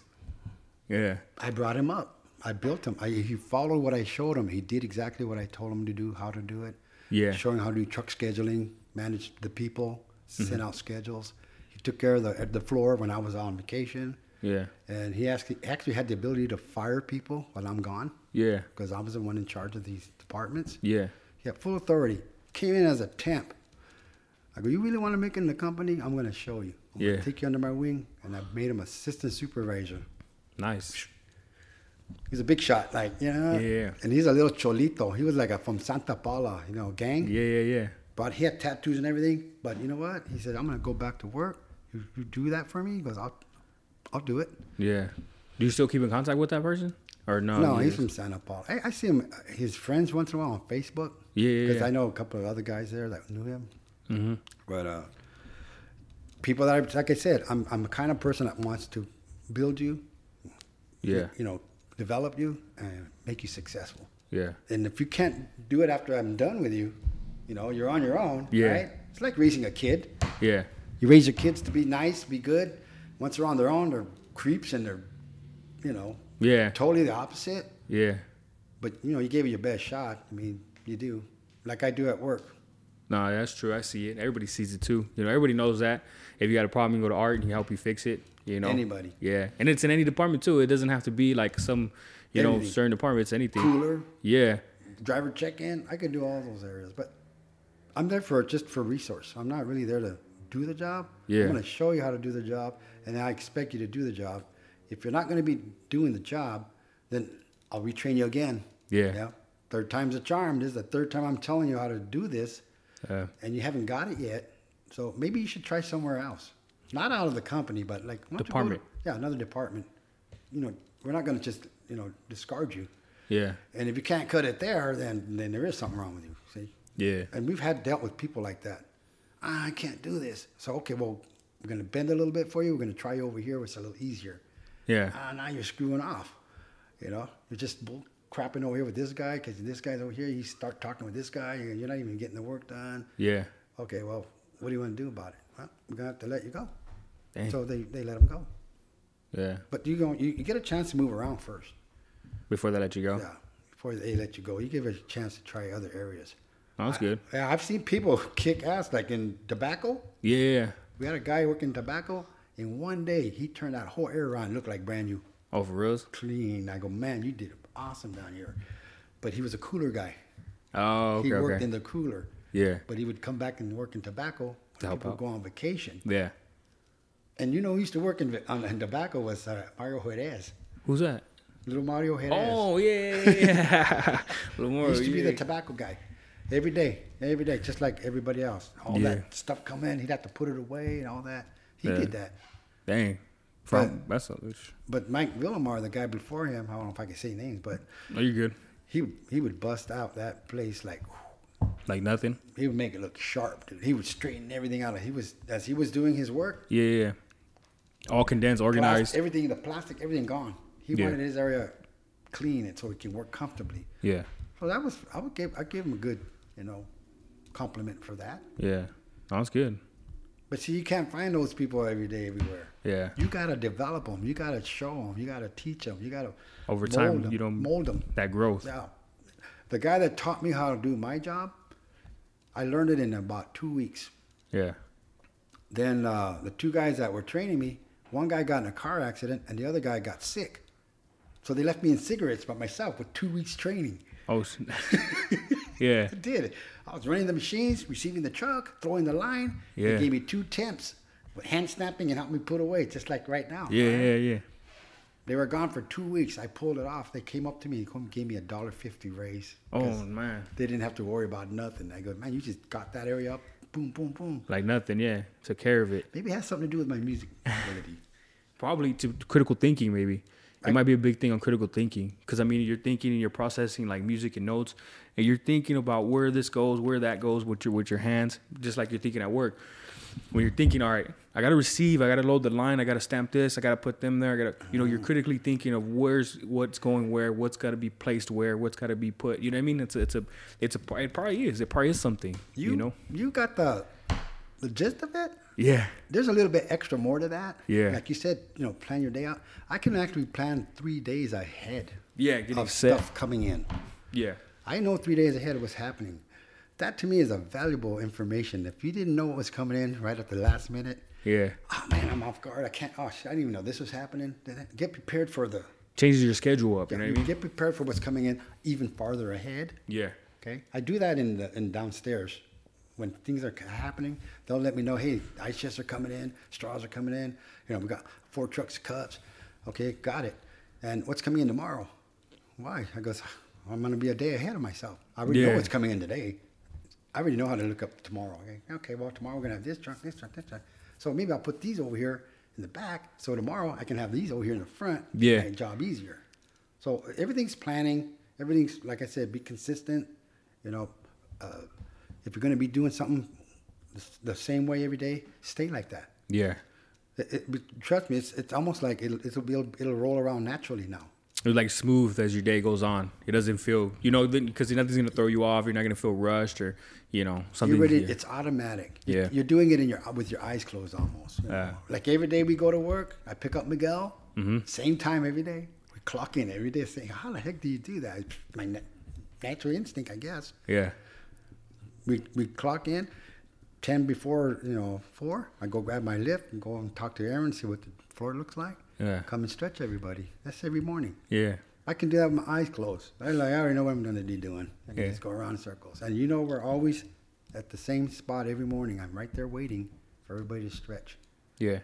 Yeah. I brought him up. I built him. I, he followed what I showed him. He did exactly what I told him to do, how to do it. Yeah. Showing how to do truck scheduling, Mm-hmm. manage the people, send out schedules. He took care of the, at the floor when I was on vacation. Yeah. And he actually, actually had the ability to fire people while I'm gone Yeah. because I was the one in charge of these departments. Yeah. He had full authority. Came in as a temp. I go, you really want to make it in the company? I'm going to show you. I'm Yeah. going to take you under my wing. And I made him assistant supervisor. Nice. He's a big shot, like, you know. Yeah. And he's a little cholito. He was like a, from Santa Paula, you know, gang. Yeah. Yeah. Yeah. But he had tattoos and everything. But you know what? He said, I'm going to go back to work. You, you do that for me? He goes, I'll, I'll do it. Yeah. Do you still keep in contact with that person? Or no? no, you he's just- from Santa Paula. I, I see him, his friends once in a while on Facebook. Yeah, yeah, Because yeah. I know a couple of other guys there that knew him. Mm-hmm. But uh, people that, I, like I said, I'm, I'm the kind of person that wants to build you, Yeah. you know, develop you, and make you successful. Yeah. And if you can't do it after I'm done with you, you know, you're on your own, Yeah. right? It's like raising a kid. Yeah. You raise your kids to be nice, be good. Once they're on their own, they're creeps and they're, you know, Yeah. totally the opposite. Yeah. But, you know, you gave it your best shot. I mean, you do. Like I do at work. No, that's true. I see it. Everybody sees it too. You know, everybody knows that. If you got a problem, you go to art and he help you fix it. You know, Anybody. Yeah, and it's in any department too. It doesn't have to be like some, you know, Anything. certain department. It's anything. Cooler, Yeah, driver check in. I can do all those areas. But I'm there for just for resource. I'm not really there to do the job. Yeah. I'm going to show you how to do the job, and I expect you to do the job. If you're not going to be doing the job, then I'll retrain you again. Yeah. Third time's a charm. This is the third time I'm telling you how to do this, Yeah. and you haven't got it yet. So maybe you should try somewhere else. Not out of the company, but like why don't you go to- Department. yeah, another department. You know, we're not going to just you know discard you. yeah, And if you can't cut it there, then then there is something wrong with you. See? yeah, And we've had dealt with people like that. "Ah, I can't do this. So okay, well, we're gonna bend a little bit for you. We're gonna try you over here, which is a little easier. yeah, Ah, now you're screwing off. You know, you're just bull crapping over here with this guy because this guy's over here. You start talking with this guy, and you're not even getting the work done. yeah. Okay, well, what do you want to do about it? Well, we're gonna have to let you go. Dang. So they, they let him go. yeah. But you going you, you get a chance to move around first. Before they let you go, Yeah, before they let you go, you give it a chance to try other areas. oh, that's good. Yeah, I've seen people (laughs) kick ass like in tobacco. Yeah. We had a guy working tobacco, and one day he turned that whole area around, looked like brand new, Oh, for reals? clean. I go, man, you did awesome down here. But he was a cooler guy. Oh, okay, he worked okay. in the cooler. Yeah. But he would come back and work in tobacco when To help people out. go on vacation. yeah. And you know, who used to work in, on, in tobacco was uh, Mario Jerez, Who's that? little Mario Jerez. Oh, yeah. (laughs) yeah. He Lamar, used to be the yeah. tobacco guy. Every day, every day, just like everybody else. All Yeah. that stuff come in, he'd have to put it away and all that. He Yeah. did that. Dang. From that's a, But Mike Villamar, the guy before him, I don't know if I can say names, but oh, you good? he he would bust out that place like Like nothing? he would make it look sharp, dude. He would straighten everything out. He was as he was doing his work, Yeah, yeah. yeah. All condensed, organized. plastic, everything, the plastic, everything gone. He Yeah. wanted his area clean and so he can work comfortably. Yeah, So that was I would give I give him a good, you know, compliment for that. yeah. Sounds good. But see, you can't find those people every day everywhere. Yeah. You gotta develop them. You gotta show them. You gotta teach them. You gotta Over mold time, 'em, you don't mold them. that growth. Now, the guy that taught me how to do my job, I learned it in about two weeks. Yeah, Then uh, the two guys that were training me, one guy got in a car accident and the other guy got sick. So they left me in cigarettes by myself with two weeks training. Oh, s- (laughs) yeah. I did. I was running the machines, receiving the truck, throwing the line. Yeah. They gave me two temps, with hand snapping and helped me put away, just like right now. Yeah, yeah, yeah. They were gone for two weeks. I pulled it off. They came up to me and come- gave me a dollar fifty raise. Oh man, They didn't have to worry about nothing. I go, man, you just got that area up. Boom, boom, boom. like nothing. Yeah, took care of it. Maybe it has something to do with my music ability. Probably to to critical thinking. Maybe it might be a big thing on critical thinking because I mean you're thinking and you're processing like music and notes, and you're thinking about where this goes, where that goes with your with your hands, just like you're thinking at work. When you're thinking, all right, I gotta receive, I gotta load the line, I gotta stamp this, I gotta put them there, I gotta, you know, you're critically thinking of where's what's going where, what's gotta be placed where, what's gotta be put. You know what I mean? It's a, it's a, it's a, it probably is, it probably is something. (laughs) You, know? you got the the gist of it. Yeah. There's a little bit extra more to that. Yeah. Like you said, you know, plan your day out. I can actually plan three days ahead Yeah, getting of set. stuff coming in. Yeah. I know three days ahead of what's happening. That to me is a valuable information. If you didn't know what was coming in right at the last minute, Yeah. Oh man, I'm off guard. I can't. Oh shit, I didn't even know this was happening. Get prepared for the. Changes your schedule up. You know what I mean? Get prepared for what's coming in even farther ahead. Yeah. Okay. I do that in the in downstairs. When things are happening, they'll let me know, hey, ice chests are coming in, straws are coming in. You know, we got four trucks of cups. Okay, got it. And what's coming in tomorrow? Why? I goes, I'm going to be a day ahead of myself. I already know Yeah. what's coming in today. I already know how to look up tomorrow. Okay, okay well, tomorrow we're going to have this truck, this truck, this truck. So maybe I'll put these over here in the back. So tomorrow I can have these over here in the front. Yeah. Make job easier. So everything's planning. Everything's, like I said, be consistent. You know, uh, if you're going to be doing something the, the same way every day, stay like that. Yeah. It, it, but trust me, it's, it's almost like it'll, it'll, be, it'll roll around naturally now. It's like smooth as your day goes on. It doesn't feel, you know, because nothing's gonna throw you off. You're not gonna feel rushed or, you know, something. You're ready. yeah. It's automatic. Yeah. You're doing it in your with your eyes closed almost. you know. Yeah. Mm-hmm. Like every day we go to work, I pick up Miguel. Same time every day. We clock in every day, saying, "How the heck do you do that?" It's My na- natural instinct, I guess. yeah. We we clock in. Ten before you know four, I go grab my lift and go and talk to Aaron, see what the floor looks like. Yeah. Come and stretch everybody. That's every morning. Yeah. I can do that with my eyes closed. I like I already know what I'm gonna be doing. I can Yeah. just go around in circles. And you know we're always at the same spot every morning. I'm right there waiting for everybody to stretch. Yeah.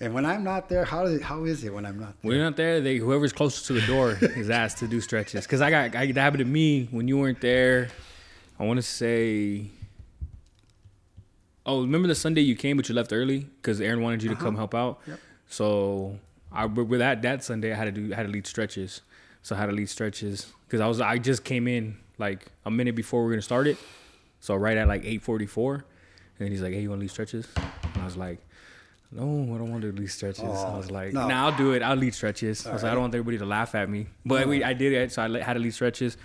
And when I'm not there, how is it, how is it when I'm not there? When you're not there, they whoever's closest to (laughs) the door is asked to do stretches. Because I got I, that happened to me when you weren't there. I want to say. Oh, remember the Sunday you came but you left early because Aaron wanted you to come help out. Uh-huh. Yep. So I but with that that Sunday I had to do I had to lead stretches. So I had to lead stretches because I was I just came in like a minute before we were gonna start it. So right at like eight forty four, and he's like, "Hey, you want to lead stretches?" And I was like. No, I don't want to do lead stretches. I Oh, was like, no. nah, I'll do it. I'll lead stretches. I was like, I right. don't want everybody to laugh at me. But we, I did it. So I le- had to lead stretches.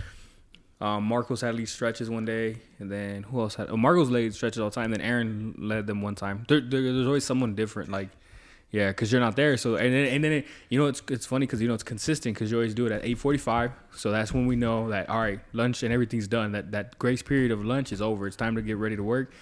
Um, Marcos had lead stretches one day. And then who else had? Oh, Marcos laid stretches all the time. Then Aaron led them one time. There, there, there's always someone different. Like, yeah, because you're not there. So, and then, and then it, you know, it's, it's funny because, you know, it's consistent because you always do it at 845. So that's when we know that, all right, lunch and everything's done. That, that grace period of lunch is over. It's time to get ready to work.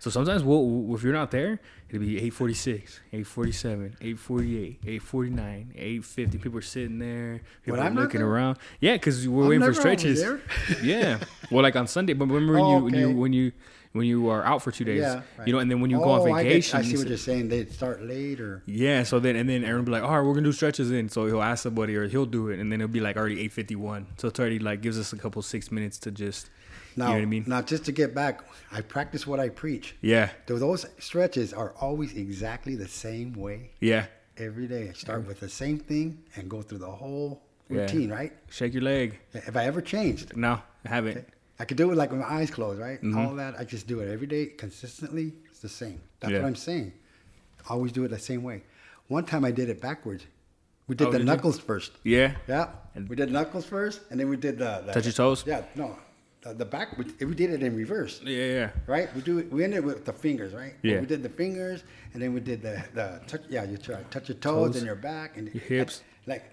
So sometimes we'll, we'll- if you're not there, it'll be 846, 847, 848, 849, 850. People are sitting there. People When are I'm not looking there? around. Yeah, because we're waiting never for always stretches. there. (laughs) yeah. Well, like on Sunday, but remember when, Oh, you, when you okay. when you when you are out for two days, Yeah, right. you know, and then when you go on Oh, I get- vacation, I, see what you're saying. They start later. yeah, so then and then Aaron will be like, all right, we're gonna do stretches in. So he'll ask somebody or he'll do it, and then it'll be like already eight fifty one. So it's already like gives us a couple six minutes to just, Now, you know what I mean? now just to get back, I practice what I preach. Yeah, Though Those stretches are always exactly the same way yeah. every day. I start with the same thing and go through the whole Yeah. routine, right? Shake your leg. Have I ever changed? No, I haven't. I could do it like with my eyes closed, right? Mm-hmm. All that I just do it every day consistently. It's the same. That's Yeah. what I'm saying. I always do it the same way. One time I did it backwards. We did Oh, the did you? knuckles first. Yeah. Yeah, we did knuckles first, and then we did the, the Touch your toes? Yeah, no, the, the back. We, we did it in reverse, Yeah, yeah. right? We do. it- We ended with the fingers, right? Yeah. We did the fingers, and then we did the the touch. Yeah, you try touch your toes, Toes. and your back and Your hips. like,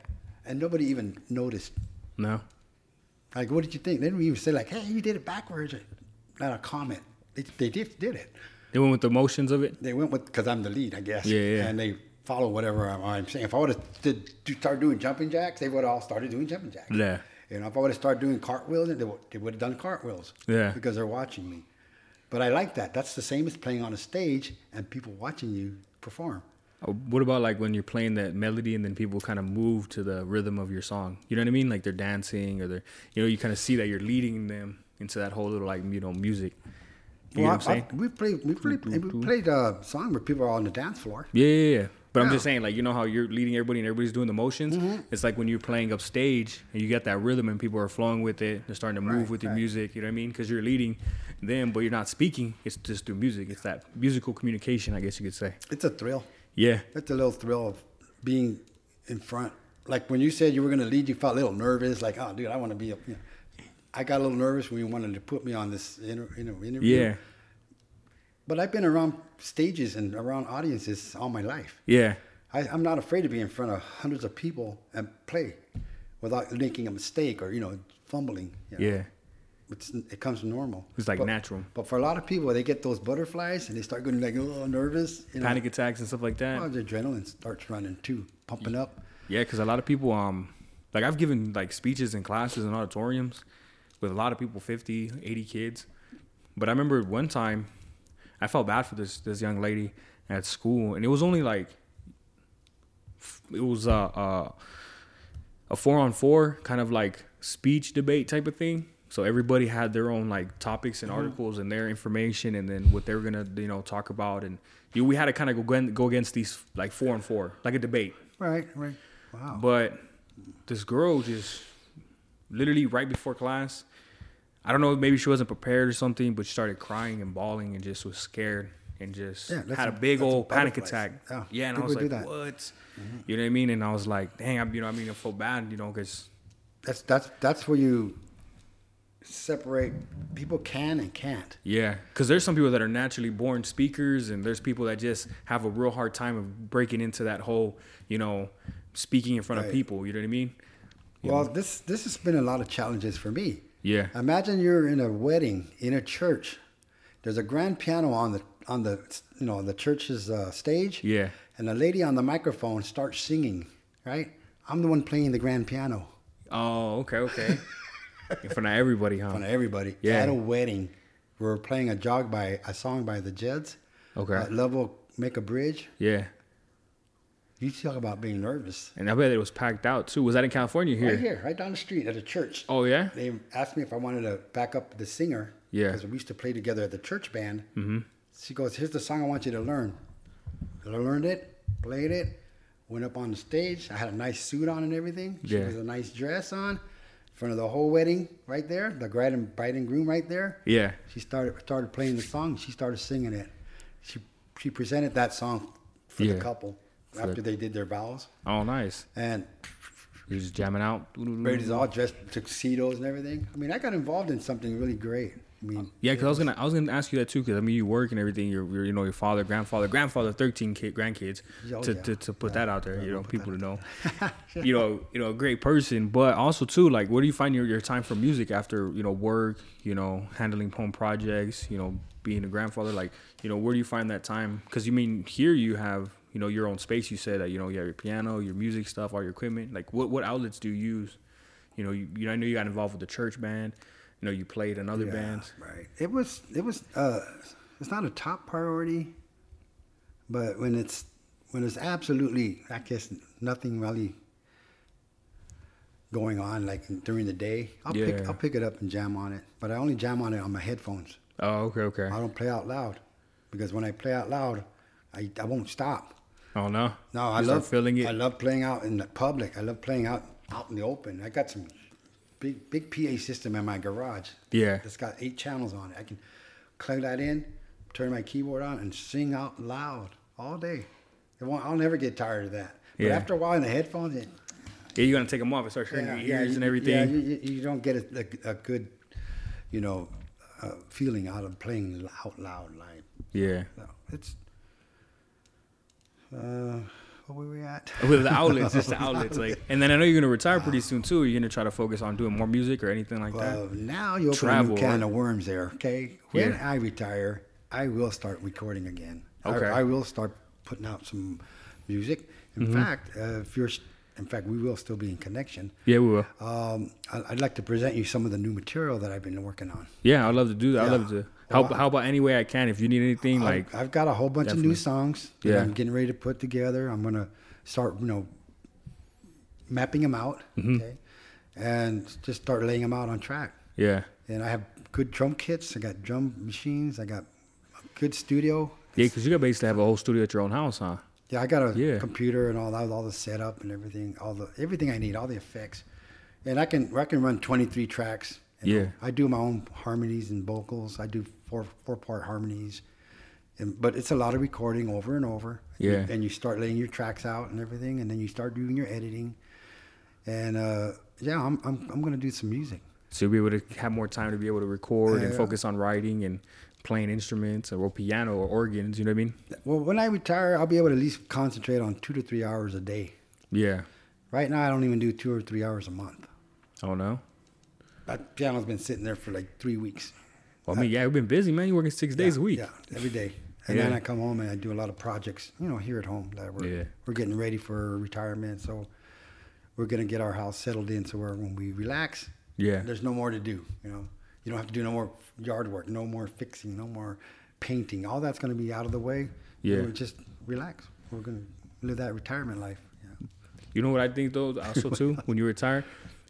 and nobody even noticed. No. Like, what did you think? They didn't even say like, "Hey, you did it backwards." or- Not a comment. They, they just did it. They went with the motions of it. They went with because I'm the lead, I guess. Yeah, yeah. And they follow whatever I'm, I'm saying. If I would have did do, start doing jumping jacks, they would have all started doing jumping jacks. Yeah. You know, if I would have started doing cartwheels, they would, they would have done cartwheels. Yeah. Because they're watching me. But I like that. That's the same as playing on a stage and people watching you perform. Uh, What about like when you're playing that melody and then people kind of move to the rhythm of your song? You know what I mean? Like they're dancing or they're, you know, you kind of see that you're leading them into that whole little like, you know, music. You know what I'm I- I- saying? Mm-hmm. we played we played Doo, doo, we doo. played a song where people are on the dance floor. Yeah, yeah, yeah. But I'm Yeah. Mm-hmm. just saying, like, you know how you're leading everybody and everybody's doing the motions? It's like when you're playing upstage and you got that rhythm and people are flowing with it. They're starting to move Right, with your right. music. You know what I mean? Because you're leading them, but you're not speaking. It's just through music. It's that musical communication, I guess you could say. It's a thrill. Yeah. That's a little thrill of being in front. Like when you said you were going to lead, you felt a little nervous. Like, oh, dude, I want to be. A, you know. I got a little nervous when you wanted to put me on this inter- you know, interview. Yeah. But I've been around stages and around audiences all my life. Yeah. I, I'm not afraid to be in front of hundreds of people and play without making a mistake or you know fumbling. you know. Yeah. it's, it comes normal. It's like But- natural. But for a lot of people, they get those butterflies and they start getting like a little nervous. You know, Panic attacks and stuff like that. Well, the adrenaline starts running too, pumping up. Yeah, because a lot of people, um, like I've given like speeches and classes in auditoriums with a lot of people, 50, 80 kids. But I remember one time I felt bad for this this young lady at school, and it was only like f- it was uh, uh, a four on four kind of like speech debate type of thing. So everybody had their own like topics and articles and their information, and then what they were gonna you know talk about, and you we had to kind of go ag- go against these like four on four like a debate. Right, right. Wow. But this girl just literally right before class, I don't know, maybe she wasn't prepared or something, but she started crying and bawling and just was scared and just Yeah, that's had a a- big that's a old panic butterflies. attack. Yeah, Yeah, and I people was do like, that. Mm-hmm. what? You know what I mean? And I was like, dang, I, you know, I mean, I feel bad, you know, because That's that's that's where you separate people can and can't. yeah, because there's some people that are naturally born speakers, and there's people that just have a real hard time of breaking into that whole, you know, speaking in front of Right. people. You know what I mean? Well, this this has been a lot of challenges for me. Yeah. Imagine you're in a wedding in a church. There's a grand piano on the on the you know the church's uh, stage. Yeah. And the lady on the microphone starts singing. Right. I'm the one playing the grand piano Oh, okay, okay. in front of everybody, huh? in front of everybody. Yeah. At a wedding, we are playing a jog by a song by the Jeds. Okay. Uh, Love will make a bridge. Yeah. You talk about being nervous. And I bet it was packed out too. Was that in California or here? Right here, right down the street at a church. Oh yeah? They asked me if I wanted to back up the singer. Yeah. Because we used to play together at the church band. Mm-hmm. She goes, "Here's the song I want you to learn." And I learned it, played it, went up on the stage. I had a nice suit on and everything. She Yeah. has a nice dress on, in front of the whole wedding, right there, the bride and bride and groom, right there. Yeah. She started started playing the song. She started singing it. She she presented that song for Yeah. the couple after they did their vows Oh nice. and You're just jamming out. Brady's all dressed in tuxedos and everything. I mean, I got involved in something really great. I mean, Yeah, because I was gonna I was gonna ask you that too. Because I mean, you work and everything. Your your- you know your father, grandfather, grandfather, thirteen kid, grandkids. Oh, to, yeah. to, to put that out there, you know, people to (laughs) know. you know, you know, a great person, but also too, like, where do you find your, your time for music after you know work? You know, handling home projects. You know, being a grandfather. Like, you know, where do you find that time? Because you mean here you have you know your own space. You said that you know you have your piano, your music stuff, all your equipment. Like, what what outlets do you use? You know, you, you I know you got involved with the church band. You know, you played in other yeah, bands. right? It was it was uh, it's not a top priority, but when it's when it's absolutely, I guess nothing really going on like during the day, I'll pick Yeah. I'll pick it up and jam on it. But I only jam on it on my headphones. Oh, okay, okay. I don't play out loud because when I play out loud, I, I won't stop. Oh no. No, You I start love feeling it. I love playing out in the public. I love playing out out in the open. I got some big big PA system in my garage. Yeah. it's got eight channels on it. I can plug that in, turn my keyboard on, and sing out loud all day. It won't, I'll never get tired of that. But Yeah. after a while, in the headphones, it, yeah, you're gonna take them off and start hurting yeah, your yeah, ears you- and Yeah, everything. you, you- you don't get a, a, a good, you know, uh, feeling out of playing out loud live. (laughs) Yeah. No, it's. Uh, what were we at? (laughs) With (laughs) the outlets, just the outlets, like, and then I know you're gonna retire pretty soon too. You're gonna try to focus on doing more music or anything like Well, now you open a uh, Travel, new can right? of worms there. Okay, when Yeah. I retire, I will start recording again. I- Okay. I, will start putting out some music. Mm-hmm. In fact, uh, if you're, s- in fact, we will still be in connection. that. Yeah, we will. Um, I, I'd like to present you some of the new material that I've been working on. Yeah, I'd love to do that. I'd love yeah. to. How, how about any way I can? If you need anything, like, I've, I've got a whole bunch of new Definitely. songs that Yeah. I'm getting ready to put together. I'm gonna start, you know, mapping them out, Mm-hmm. okay, and just start laying them out on track. yeah, And I have good drum kits. I got drum machines. I got a good studio. yeah, because you got basically have a whole studio at your own house, huh? Yeah, I got a Yeah. computer and all that, all the setup and everything, all the everything I need, all the effects. And I can I can run 23 tracks. you know. Yeah. I do my own harmonies and vocals. I do four four part harmonies. And, but it's a lot of recording over and over. Yeah. And you start laying your tracks out and everything, and then you start doing your editing. And uh, yeah, I'm, I'm I'm gonna do some music. So you'll be able to have more time to be able to record and Yeah. focus on writing and playing instruments or piano or organs. You know what I mean? Well, when I retire, I'll be able to at least concentrate on two to three hours a day. Yeah. Right now, I don't even do two or three hours a month. I don't know. That piano's been sitting there for like three weeks. Well, I mean, yeah, we've been busy, man. You're working six days yeah, a week. Yeah, every day. And Yeah. then I come home and I do a lot of projects, you know, here at home that we're Yeah. we're getting ready for retirement. So we're gonna get our house settled in so where when we relax, Yeah. there's no more to do. You know, you don't have to do no more yard work, no more fixing, no more painting. All that's gonna be out of the way. Yeah. we just relax. We're gonna live that retirement life. Yeah. You know what I think though? Also too, when you retire,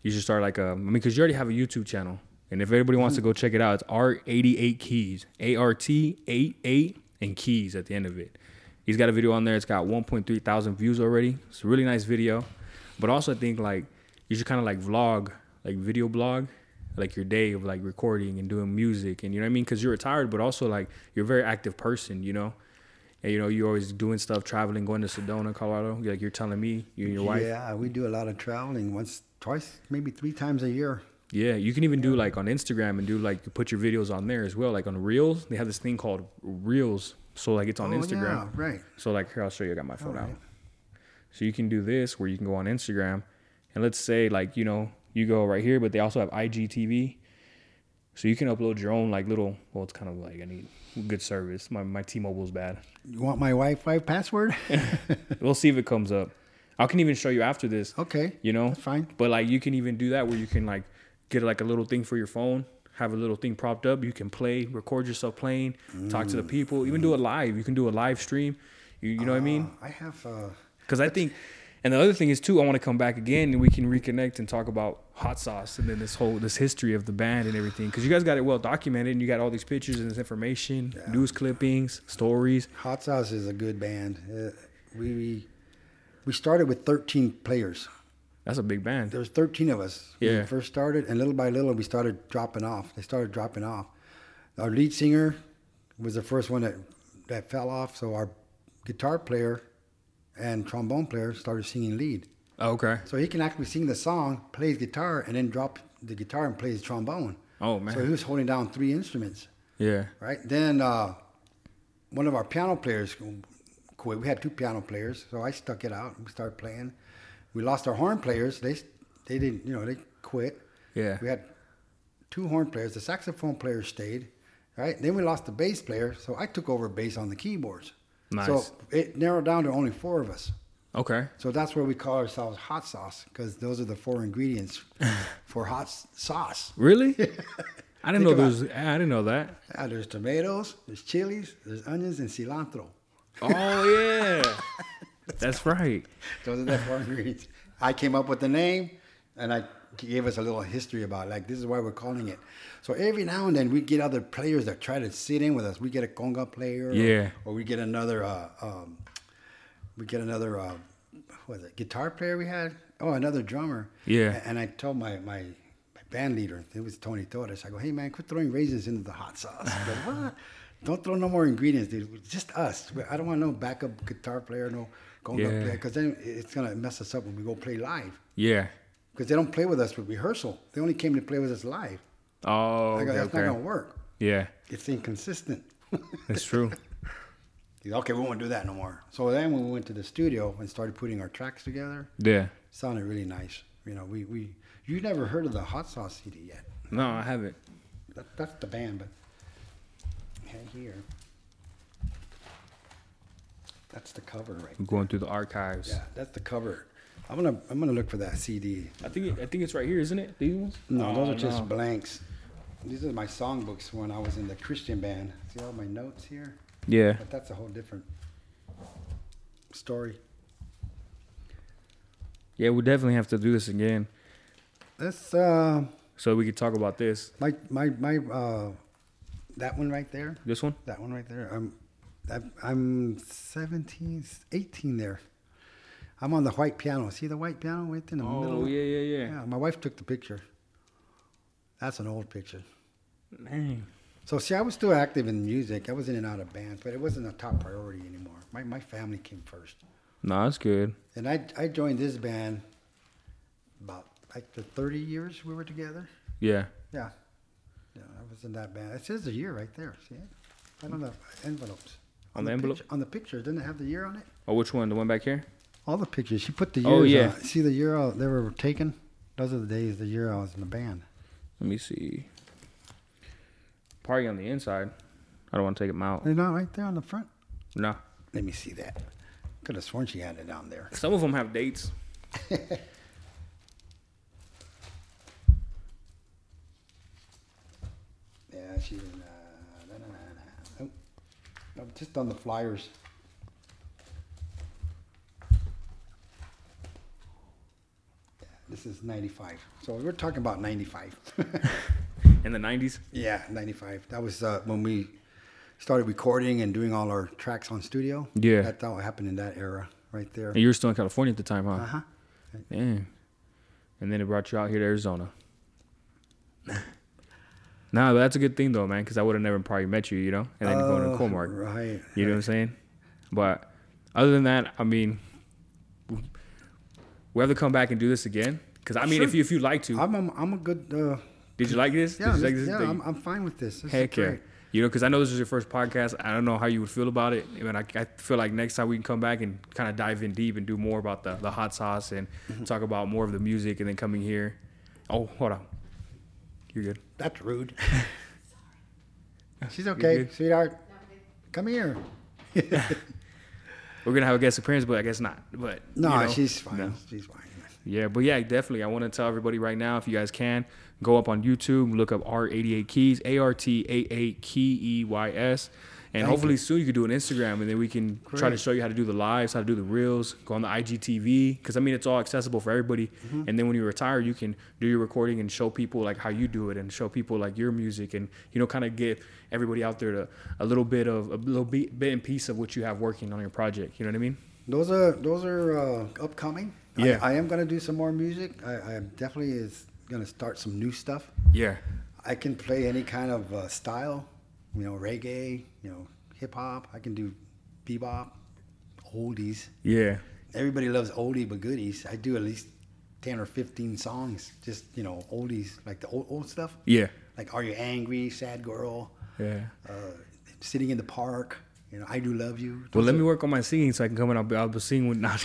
you should start like a. I mean, because you already have a YouTube channel, and if everybody wants to go check it out, it's R eighty eight keys, A R T eight eight and keys at the end of it. He's got a video on there. It's got one point three thousand views already. It's a really nice video, but also I think like you should kind of like vlog, like video blog, like your day of like recording and doing music, and you know what I mean? Because you're retired, but also like you're a very active person, you know. And you know you're always doing stuff, traveling, going to Sedona, Colorado. Like you're telling me, you and your wife. Yeah, we do a lot of traveling once, twice, maybe three times a year. Yeah, you can even do like on Instagram and do like you put your videos on there as well. Like on Reels, they have this thing called Reels. So like it's on Oh, Instagram. yeah, right. So like here, I'll show you. I got my phone out. Alright. So you can do this where you can go on Instagram, and let's say like you know you go right here, but they also have IGTV. So you can upload your own like little. Well, it's kind of like I need good service. My my (laughs) T-Mobile's bad. You want my Wi-Fi (laughs) password? we'll see if it comes up. I can even show you after this. okay. You know, That's fine. But like, you can even do that where you can like get like a little thing for your phone, have a little thing propped up. You can play, record yourself playing, talk Mm. to the people, even do it live. You can do a live stream. You, you know what I mean? I have. Uh, Because I think, and the other thing is too, I want to come back again and we can reconnect and talk about hot sauce and then this whole this history of the band and everything. Because you guys got it well documented and you got all these pictures and this information, news clippings, stories. Hot Sauce is a good band. Uh, we we started with 13 players. That's a big band. There was 13 of us when Yeah. we first started, and little by little we started dropping off. They started dropping off. Our lead singer was the first one that that fell off. So our guitar player and trombone player started singing lead. Oh, okay. So he can actually sing the song, plays guitar, and then drop the guitar and plays trombone. Oh, man. So he was holding down three instruments. Yeah. right? Then uh, one of our piano players quit. We had two piano players, so I stuck it out. We started playing. We lost our horn players. They they didn't, you know, they quit. Yeah. We had two horn players. The saxophone player stayed, right? Then we lost the bass player, so I took over bass on the keyboards. So Nice. it narrowed down to only four of us. Okay. So that's where we call ourselves hot sauce because those are the four (laughs) ingredients for hot s- sauce. (laughs) Really? I Think didn't know about there was. I didn't know that. Yeah, there's tomatoes, there's chilies, there's onions, and cilantro. Oh (laughs) yeah, that's right. Those are the four ingredients. I came up with the name, and I gave us a little history about it. like this is why we're calling it. So every now and then we get other players that try to sit in with us. We get a conga player, or- Yeah. or, we get another, uh, um, we get another, uh, what was it guitar player we had? Oh, another drummer. Yeah. A- And I told my my. my Band leader, it was Tony Torres. I go, hey man, quit throwing raisins into the hot sauce. He (laughs) goes, what? Don't throw no more ingredients, dude. Just us. I don't want no backup guitar player, no conga Yeah. player because then it's gonna mess us up when we go play live. Yeah. Because they don't play with us for rehearsal. They only came to play with us live. Oh, I go, okay, that's okay. not gonna work. yeah, It's inconsistent. (laughs) that's true. He's, okay, we won't do that no more. So then when we went to the studio and started putting our tracks together, Yeah. it sounded really nice. You know, we we you never heard of the Hot Sauce CD yet? No, I haven't. That, that's the band, but right here, that's the cover right. I'm going through the archives. Yeah, that's the cover. I'm gonna I'm gonna look for that CD. I think it, I think it's right here, isn't it? These ones? No, those Oh, are just no. blanks. These are my songbooks when I was in the Christian band. See all my notes here? Yeah. But that's a whole different story. Yeah, we definitely have to do this again That's uh, so we could talk about this. my my my uh, that one right there. This one? That one right there. I'm I'm- I'm 17, 18 there. I'm on the white piano. See the white piano right in the middle. Oh yeah, yeah, yeah. Yeah, my wife took the picture. That's an old picture. Dang. So see, I was still active in music. I was in and out of bands, but it wasn't a top priority anymore. My my family came first, No, that's good. and I I joined this band about like the thirty years we were together. Yeah. Yeah, yeah, I was in that band. It says the year right there. See it? I don't know envelopes. On the envelope? picture- on the picture, didn't it have the year on it? Oh, which one? The one back here? All the pictures. She put the years. Oh, yeah. on. See the year uh, they were taken. Those are the days the year I was in the band. Let me see. Party on the inside. I don't want to take them out. They're not right there on the front. No. Let me see that. Could have sworn she had it down there. Some of them have dates. Yeah, she was. Uh, na, na, na, na. Nope. Nope, just on the flyers. Yeah, This is 95. So we're talking about 95. In the 90s? (laughs) yeah, 95. That was uh, when we started recording and doing all our tracks on studio. Yeah. That's how it happened in that era right there. And you were still in California at the time, huh? Uh huh. Damn. And then it brought you out here to Arizona. (laughs) nah, but that's a good thing though, man, because I would have never probably met you, you know, and then going to Colmark. Oh, Right. You know what I'm saying? But other than that, I mean, we have to come back and do this again. Because I mean, if Sure. you if you like to, I'm, I'm, I'm a good. Uh, did you like this? yeah, did you like this- yeah thing? I'm, I'm fine with this. this is Heck yeah. great. You know, because I know this is your first podcast. I don't know how you would feel about it. I, mean, I, I feel like next time we can come back and kind of dive in deep and do more about the, the hot sauce and Mm-hmm. talk about more of the music and then coming here. Oh, hold on. You're good. That's rude. (laughs) She's You okay, good? sweetheart. Come here. We're going to have a guest appearance, but I guess not. But No, you know. she's fine. No. She's fine. Yeah, but yeah, definitely. I want to tell everybody right now, if you guys can, go up on YouTube, look up R88 Keys, A R T A A K E Y S. And Thank hopefully soon you can do an Instagram and then we can try to Great. show you how to do the lives, how to do the reels, go on the IGTV. Cause I mean, it's all accessible for everybody. And then when you retire, you can do your recording and show people like how you do it and show people like your music and, you know, kind of give everybody out there to, a little bit of a little bit, bit and piece of what you have working on your project. You know what I mean? Those are those are uh, upcoming. I- Yeah. I, am gonna do some more music. I, I definitely is gonna start some new stuff. Yeah. I can play any kind of uh, style, you know, reggae, you know, hip hop. I can do bebop, oldies. Yeah. Everybody loves oldie but goodies. I do at least ten or fifteen songs, just you know, oldies like the old old stuff. Yeah. like are you angry sad girl Yeah. uh, sitting in the park you know i do love you Well, let me work on my singing so I can come in. I'll be, I'll be singing with. (laughs) Not,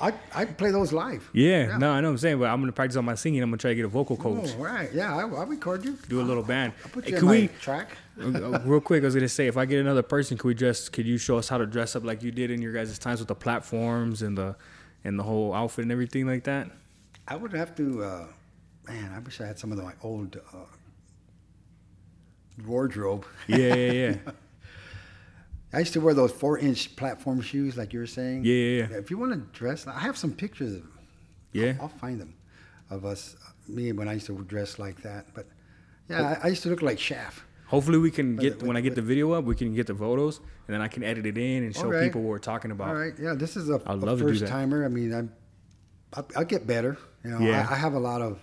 i i play those live yeah, Yeah. no, I know what I'm saying, but I'm gonna practice on my singing. I'm gonna try to get a vocal coach, oh, right yeah I, I record you do a little band. i put Hey, you in can my we, track uh, uh, real quick? I was gonna say, if I get another person, could we dress? Could you show us how to dress up like you did in your guys' times with the platforms and the and the whole outfit and everything like (laughs) that? i would have to uh, man i wish i had some of my old uh, wardrobe Yeah, yeah, yeah, (laughs) i used to wear those four inch platform shoes like you were saying Yeah, yeah, yeah. if you want to dress i have some pictures of them yeah. I'll find them of us me when i used to dress like that but yeah i, I used to look like shaft Hopefully, we can But get it- when I get but- the video up, we can get the photos, and then I can edit it in and show Alright. people what we're talking about. All right. Yeah, this is a, I'd love to do that. first timer. I mean, I'm, I, I get better. You know, Yeah. I, I have a lot of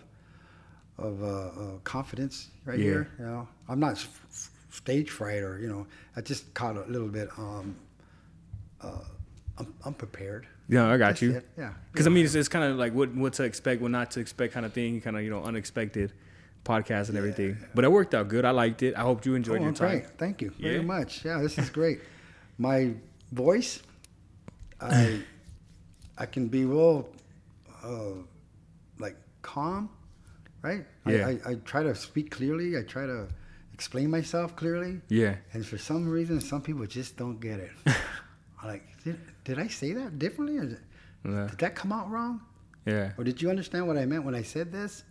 of uh, uh, confidence right Yeah. here. You know, I'm not s- f- stage fright or you know, I just caught a little bit. Um, uh, I'm unprepared. Yeah, I got That's you. it, Yeah. Because I mean, it's, it's kind of like what what to expect, what not to expect, kind of thing. Kind of you know unexpected podcast and everything. But it worked out good. I liked it. I hope you enjoyed Oh, your I'm time. great. Thank you very Yeah. much. Yeah, (laughs) this is great. My voice, I, I can be real, uh, like calm, right? Yeah. I, I, I try to speak clearly. I try to explain myself clearly. Yeah, And for some reason, some people just don't get (laughs) it. I'm like, did, did I say that differently? Or did, Yeah. did that come out wrong? yeah. Or did you understand what I meant when I said this?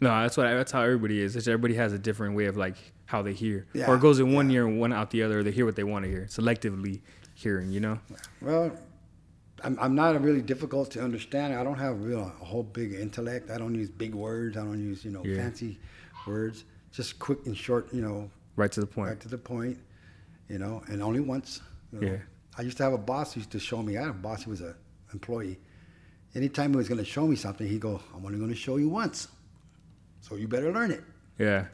No, that's what I, that's how everybody is. It's everybody has a different way of like how they hear, Yeah, or it goes in one ear and one out the other. They hear what they want to hear, selectively hearing. You know. Well, I'm, I'm not really difficult to understand. I don't have real, a whole big intellect. I don't use big words. I don't use, you know, Yeah. fancy words. Just quick and short, you know, Right to the point. right to the point, you know, and only once. you know. Yeah. I used to have a boss who used to show me. I had a boss who was an employee. Anytime he was going to show me something, he'd go, I'm only going to show you once. So you better learn it. Yeah.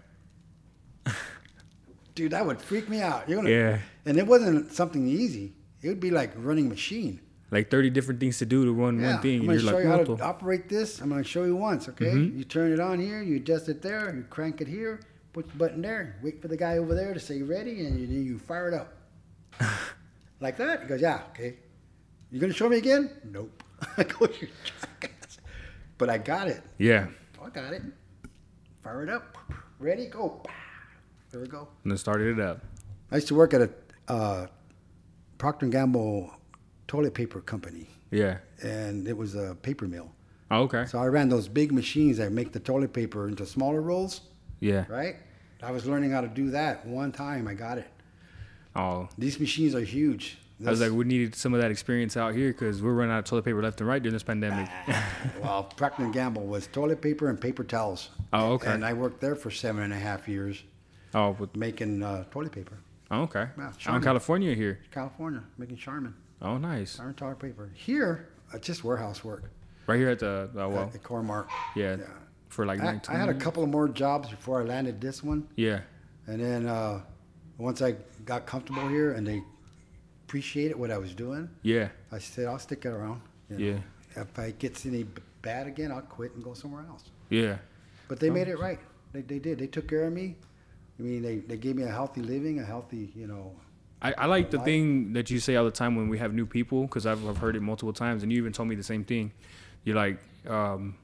Dude, that would freak me out. You're gonna, Yeah. And it wasn't something easy. It would be like running a machine. Like thirty different things to do to run one thing, I'm and going you're to show like, you how what to the- Mm-hmm. operate this. I'm going to show you once, okay? You turn it on here, you adjust it there, you crank it here, put the button there, wait for the guy over there to say ready, and you, then you fire it (laughs) up. like that? He goes, yeah, okay. You going to show me again? Nope. (laughs) I go, "You jackass." but I got it. yeah. I got it. fire it up, ready, go. There we go. And then started it up. I used to work at a uh, Procter and Gamble toilet paper company, Yeah. and it was a paper mill. Oh, okay. So I ran those big machines that make the toilet paper into smaller rolls, Yeah. right? I was learning how to do that one time. I got it. Oh. These machines are huge. I was like, (laughs) we needed some of that experience out here because we're running out of toilet paper left and right during this pandemic. well, Procter and Gamble was toilet paper and paper towels. Oh, okay. And I worked there for seven and a half years (laughs) oh, with, making uh, toilet paper, oh, okay. Yeah, Out in Charmin. California here. California, making Charmin, Oh, nice. Charmin toilet paper. Here, uh, just warehouse work Right here at the, oh, well, at, at Cormark. yeah, Uh, yeah. for like I, 19. I had a couple of more jobs before I landed this one. Yeah. And then uh, once I got comfortable here and they appreciated what I was doing, Yeah. I said, I'll stick it around. you know. Yeah. If I gets any b- bad again, I'll quit and go somewhere else. Yeah. But they made it right. They, they did. They took care of me. I mean, they, they gave me a healthy living, a healthy, you know. I, I like the Why? thing that you say all the time when we have new people because I've, I've heard it multiple times and you even told me the same thing. You're like, um,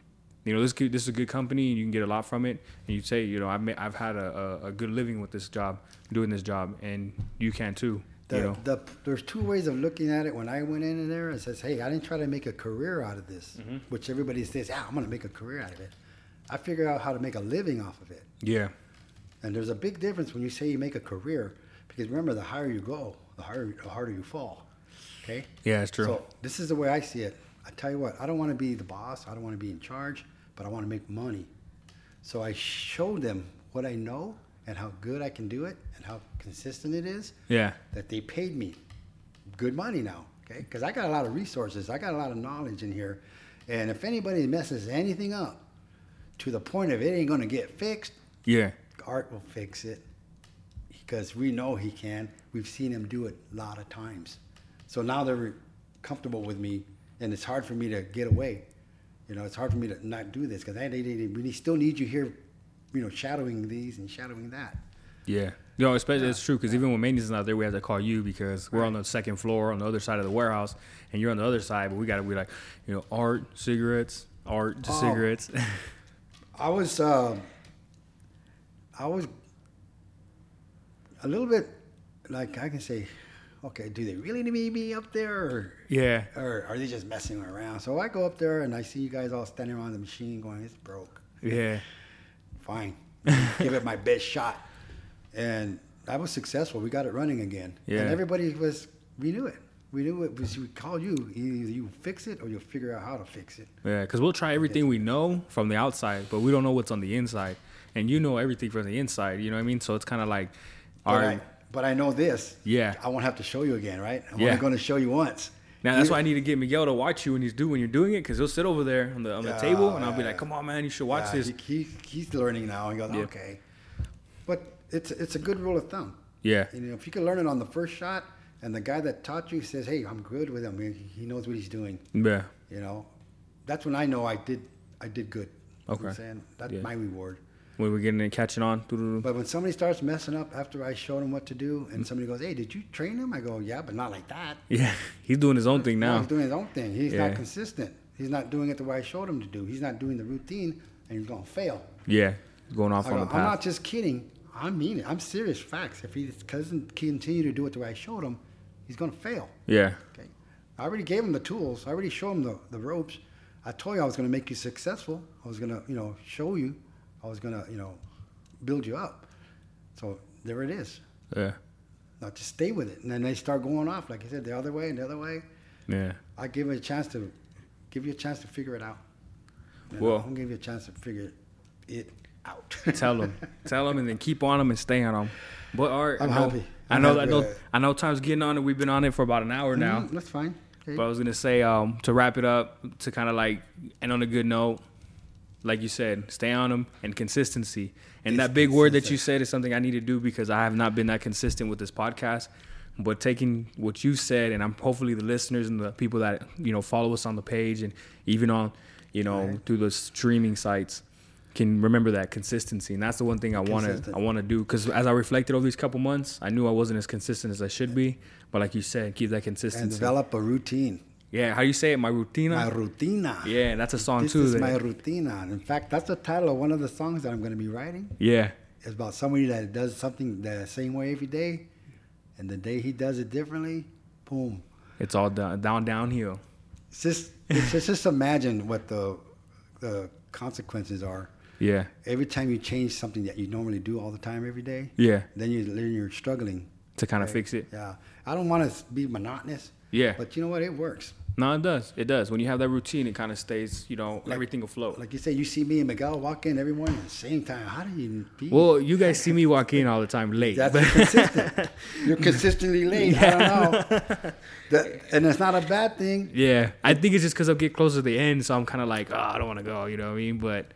you know, this could, this is a good company and you can get a lot from it. And you say, you know, I've, ma- I've had a, a, a good living with this job, doing this job, and you can too. The, you know, the, there's two ways of looking at it. When I went in there, it says, hey, I didn't try to make a career out of this, which everybody says, yeah, I'm going to make a career out of it. I figured out how to make a living off of it. yeah, And there's a big difference when you say you make a career, because remember, the higher you go, the harder, the harder you fall. Okay? yeah, it's true. So this is the way I see it. I tell you what, I don't want to be the boss. I don't want to be in charge, but I want to make money. So I showed them what I know and how good I can do it and how consistent it is yeah, that they paid me good money now, okay? Because I got a lot of resources, I got a lot of knowledge in here, and if anybody messes anything up to the point of it ain't gonna get fixed, yeah, Art will fix it because we know he can. We've seen him do it a lot of times. So now they're comfortable with me, and it's hard for me to get away. You know, it's hard for me to not do this because I they, they, we still need you here, you know, shadowing these and shadowing that. yeah. No, especially it's true because even when maintenance is not there, we have to call you because we're on the second floor on the other side of the warehouse, and you're on the other side. But we got to be like, you know, art cigarettes, art to Oh. cigarettes. (laughs) I was, um I was a little bit like I can say, okay, do they really need me up there? Or, yeah, or are they just messing around? So I go up there and I see you guys all standing around the machine going, it's broke. yeah. (laughs) Fine. Give it my best shot. And I was successful. We got it running again. Yeah. And everybody was, we knew it. We knew it was, we called you. Either you fix it or you'll figure out how to fix it. Yeah, because we'll try everything we know from the outside, but we don't know what's on the inside. And you know everything from the inside. You know what I mean? So it's kind of like, all But I, right. but I know this. Yeah. I won't have to show you again, right? I'm Yeah. only going to show you once. Now that's You- why I need to get Miguel to watch you when he's do when you're doing it, because he'll sit over there on the on the Yeah, table, and I'll be yeah. like, "Come on, man, you should watch Yeah, this." He, he, he's learning now. He goes, Yeah. okay. But it's it's a good rule of thumb. Yeah. You know, if you can learn it on the first shot, and the guy that taught you says, "Hey, I'm good with him. He- He knows what he's doing." Yeah, You know, that's when I know I did I did good. You know what I'm Okay. saying that's Yeah. my reward. when we're getting it catching on. doo-doo-doo. But when somebody starts messing up after I showed him what to do, Mm. and somebody goes, "Hey, did you train him?" I go, "Yeah, but not like that." Yeah, he's doing his own thing No, now. he's doing his own thing. He's Yeah. not consistent. He's not doing it the way I showed him to do. He's not doing the routine, and he's gonna fail. Yeah, he's going off I on the go, I'm not path. just kidding. I mean it. I'm serious facts. If he doesn't continue to do it the way I showed him, he's going to fail. Yeah, Okay. I already gave him the tools. I already showed him the, the ropes. I told you I was going to make you successful. I was going to, you know, show you. I was going to, you know, build you up. So there it is. yeah, Now just stay with it. And then they start going off, like I said, the other way and the other way. yeah. I give it a chance to, give you a chance to figure it out. You know, Well- I'm going to give you a chance to figure it out. Tell (laughs) him, tell him, and then keep on him and stay on him. But Art, I'm I know, happy. I I'm know, happy I know, with it. I know. Time's getting on it. We've been on it for about an hour now. Mm, that's fine. Okay. But I was gonna say um, to wrap it up, to kind of like end on a good note, like you said, stay on them and consistency. And It's that big word that consistent. you said is something I need to do because I have not been that consistent with this podcast. But taking what you said, and I'm hopefully the listeners and the people that you know follow us on the page and even on you know through the streaming sites can remember that consistency and that's the one thing i want to Consistent. i want to do because as i reflected over these couple months i knew i wasn't as consistent as i should be but like you said keep that consistency and develop a routine. Yeah, how do you say it? My rutina. My rutina. yeah, that's a song This too. is that- my rutina. In fact, that's the title of one of the songs that I'm going to be writing. yeah, It's about somebody that does something the same way every day, and the day he does it differently, boom. it's all down, down downhill. It's just, it's just, just imagine what the, the consequences are. Yeah, Every time you change something that you normally do all the time every day, yeah, then you then you're struggling. to kind of fix it. Yeah, I don't want to be monotonous. Yeah. but you know what? It works. No, it does. It does. When you have that routine, it kind of stays. You know, everything afloat. Like you say, you see me and Miguel walk in every morning at the same time. How do you be? well, you guys see me walk in all the time late. That's but- consistent. You're (laughs) consistently late. I don't know. That- and it's not a bad thing. Yeah, I think it's just because I get closer to the end, so I'm kind of like, oh, I don't want to go. You know what I mean? But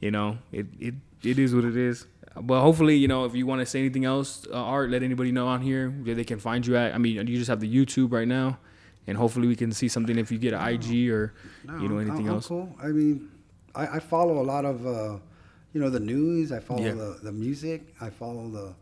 you know, it it it is what it is. But hopefully, you know, if you want to say anything else, uh, Art, let anybody know on here where they can find you at. I mean, you just have the YouTube right now, and hopefully we can see something if you get an IG or No, you know I'm- anything I'm else. Cool. I mean, I, I follow a lot of, uh, you know, the news. I follow Yeah. the, the music. I follow the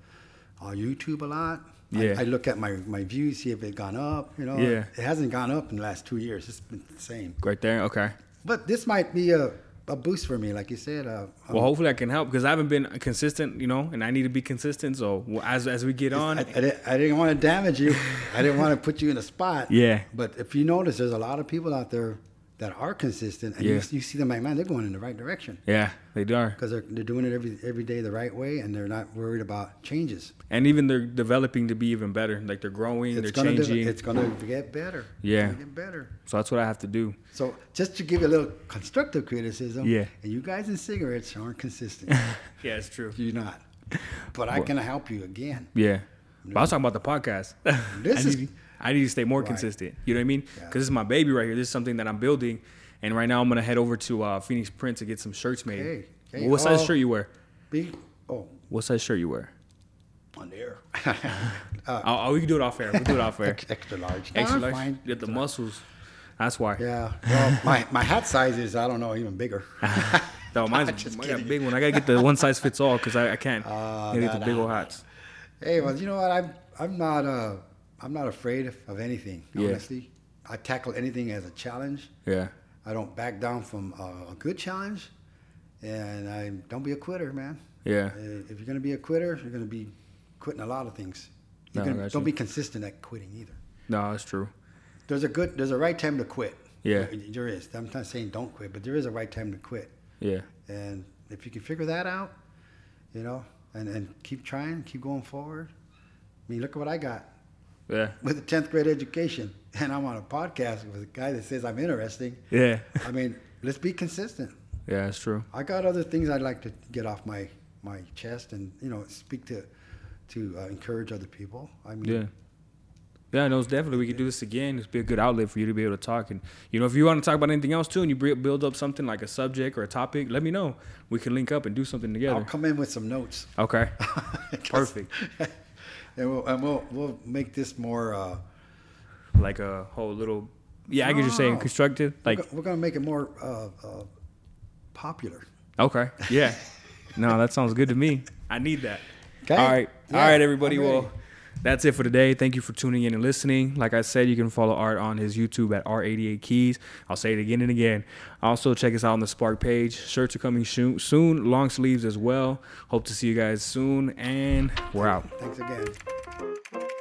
uh, YouTube a lot. I- Yeah. I, look at my, my views, see if it gone up. You know, Yeah. it hasn't gone up in the last two years. It's been the same. Right there. Okay. But this might be a, a boost for me, like you said. Uh, um, Well, hopefully I can help because I haven't been consistent, you know, and I need to be consistent. So well, as as we get on, I, I, didn't, I didn't want to damage you. I didn't want to put you in a spot. (laughs) Yeah. But if you notice, there's a lot of people out there that are consistent, and you, Yeah. you see them like, man, they're going in the right direction yeah, they are. because they're, they're doing it every every day the right way, and they're not worried about changes. and even they're developing to be even better. Like they're growing, It's they're gonna do- changing. it's gonna get better. It's Yeah. gonna get better. so that's what I have to do. So just to give you a little constructive criticism, Yeah. And you guys in cigarettes aren't (laughs) consistent. Yeah, it's true. You're not. But I can help you again. Yeah. But I was talking about the podcast. (laughs) This I is- need, I need to stay more consistent. You know what I mean? Because Yeah. this is my baby right here. This is something that I'm building. And right now I'm gonna head over to uh, Phoenix Print to get some shirts made. Okay. Okay. What size Oh. shirt you wear? Be oh What size shirt you wear? on the air. (laughs) Oh, oh, we can do it off air. We'll do it off air. Extra large. No, Extra I'm large. Uh, fine. Get the muscles. That's why. Yeah. Well, my, my hat size is I don't know even (laughs) bigger. (laughs) No, mine's Just mine got a kidding. big one. I gotta get the one size fits all because I, I can't Ah, I gotta nah, get the big nah, old nah. hats. hey, well, you know what? I'm I'm not uh I'm not afraid of, of anything. Yeah. Honestly, I tackle anything as a challenge. Yeah. I don't back down from uh, a good challenge, and I don't be a quitter, man. Yeah. Uh, If you're gonna be a quitter, you're gonna be quitting a lot of things. You're No, I gonna- got don't you. be consistent at quitting either. No, that's true. There's a good, there's a right time to quit. Yeah. There- there is. I'm not saying don't quit, but there is a right time to quit. Yeah. And if you can figure that out, you know, and, and keep trying, keep going forward. I mean, look at what I got Yeah. (laughs) with a 10th grade education, (laughs) and I'm on a podcast with a guy that says I'm interesting. Yeah. I mean, let's be consistent. Yeah, that's true. I got other things I'd like to get off my, my chest and, you know, speak to, to uh, encourage other people. I mean, Yeah. Yeah, no, it's definitely. We could do this again. It'd be a good outlet for you to be able to talk. And, you know, if you want to talk about anything else too and you bri- build up something like a subject or a topic, let me know. We can link up and do something I'll together. come in with some notes. (laughs) Okay. 'Cause- Perfect. (laughs) and we'll, and we'll, we'll make this more, uh, Like a whole little. Yeah, I guess you're saying No. constructive. we're Like, go- we're going to make it more uh, uh, popular. okay. Yeah. No, that sounds good to me. I need that. 'Kay. All right. Yeah, All right, everybody. I'm ready. Well, that's it for today. Thank you for tuning in and listening. Like I said, you can follow Art on his YouTube at R88 Keys. I'll say it again and again. Also, check us out on the Spark page. Shirts are coming shoo- soon, long sleeves as well. Hope to see you guys soon, and we're out. Thanks again.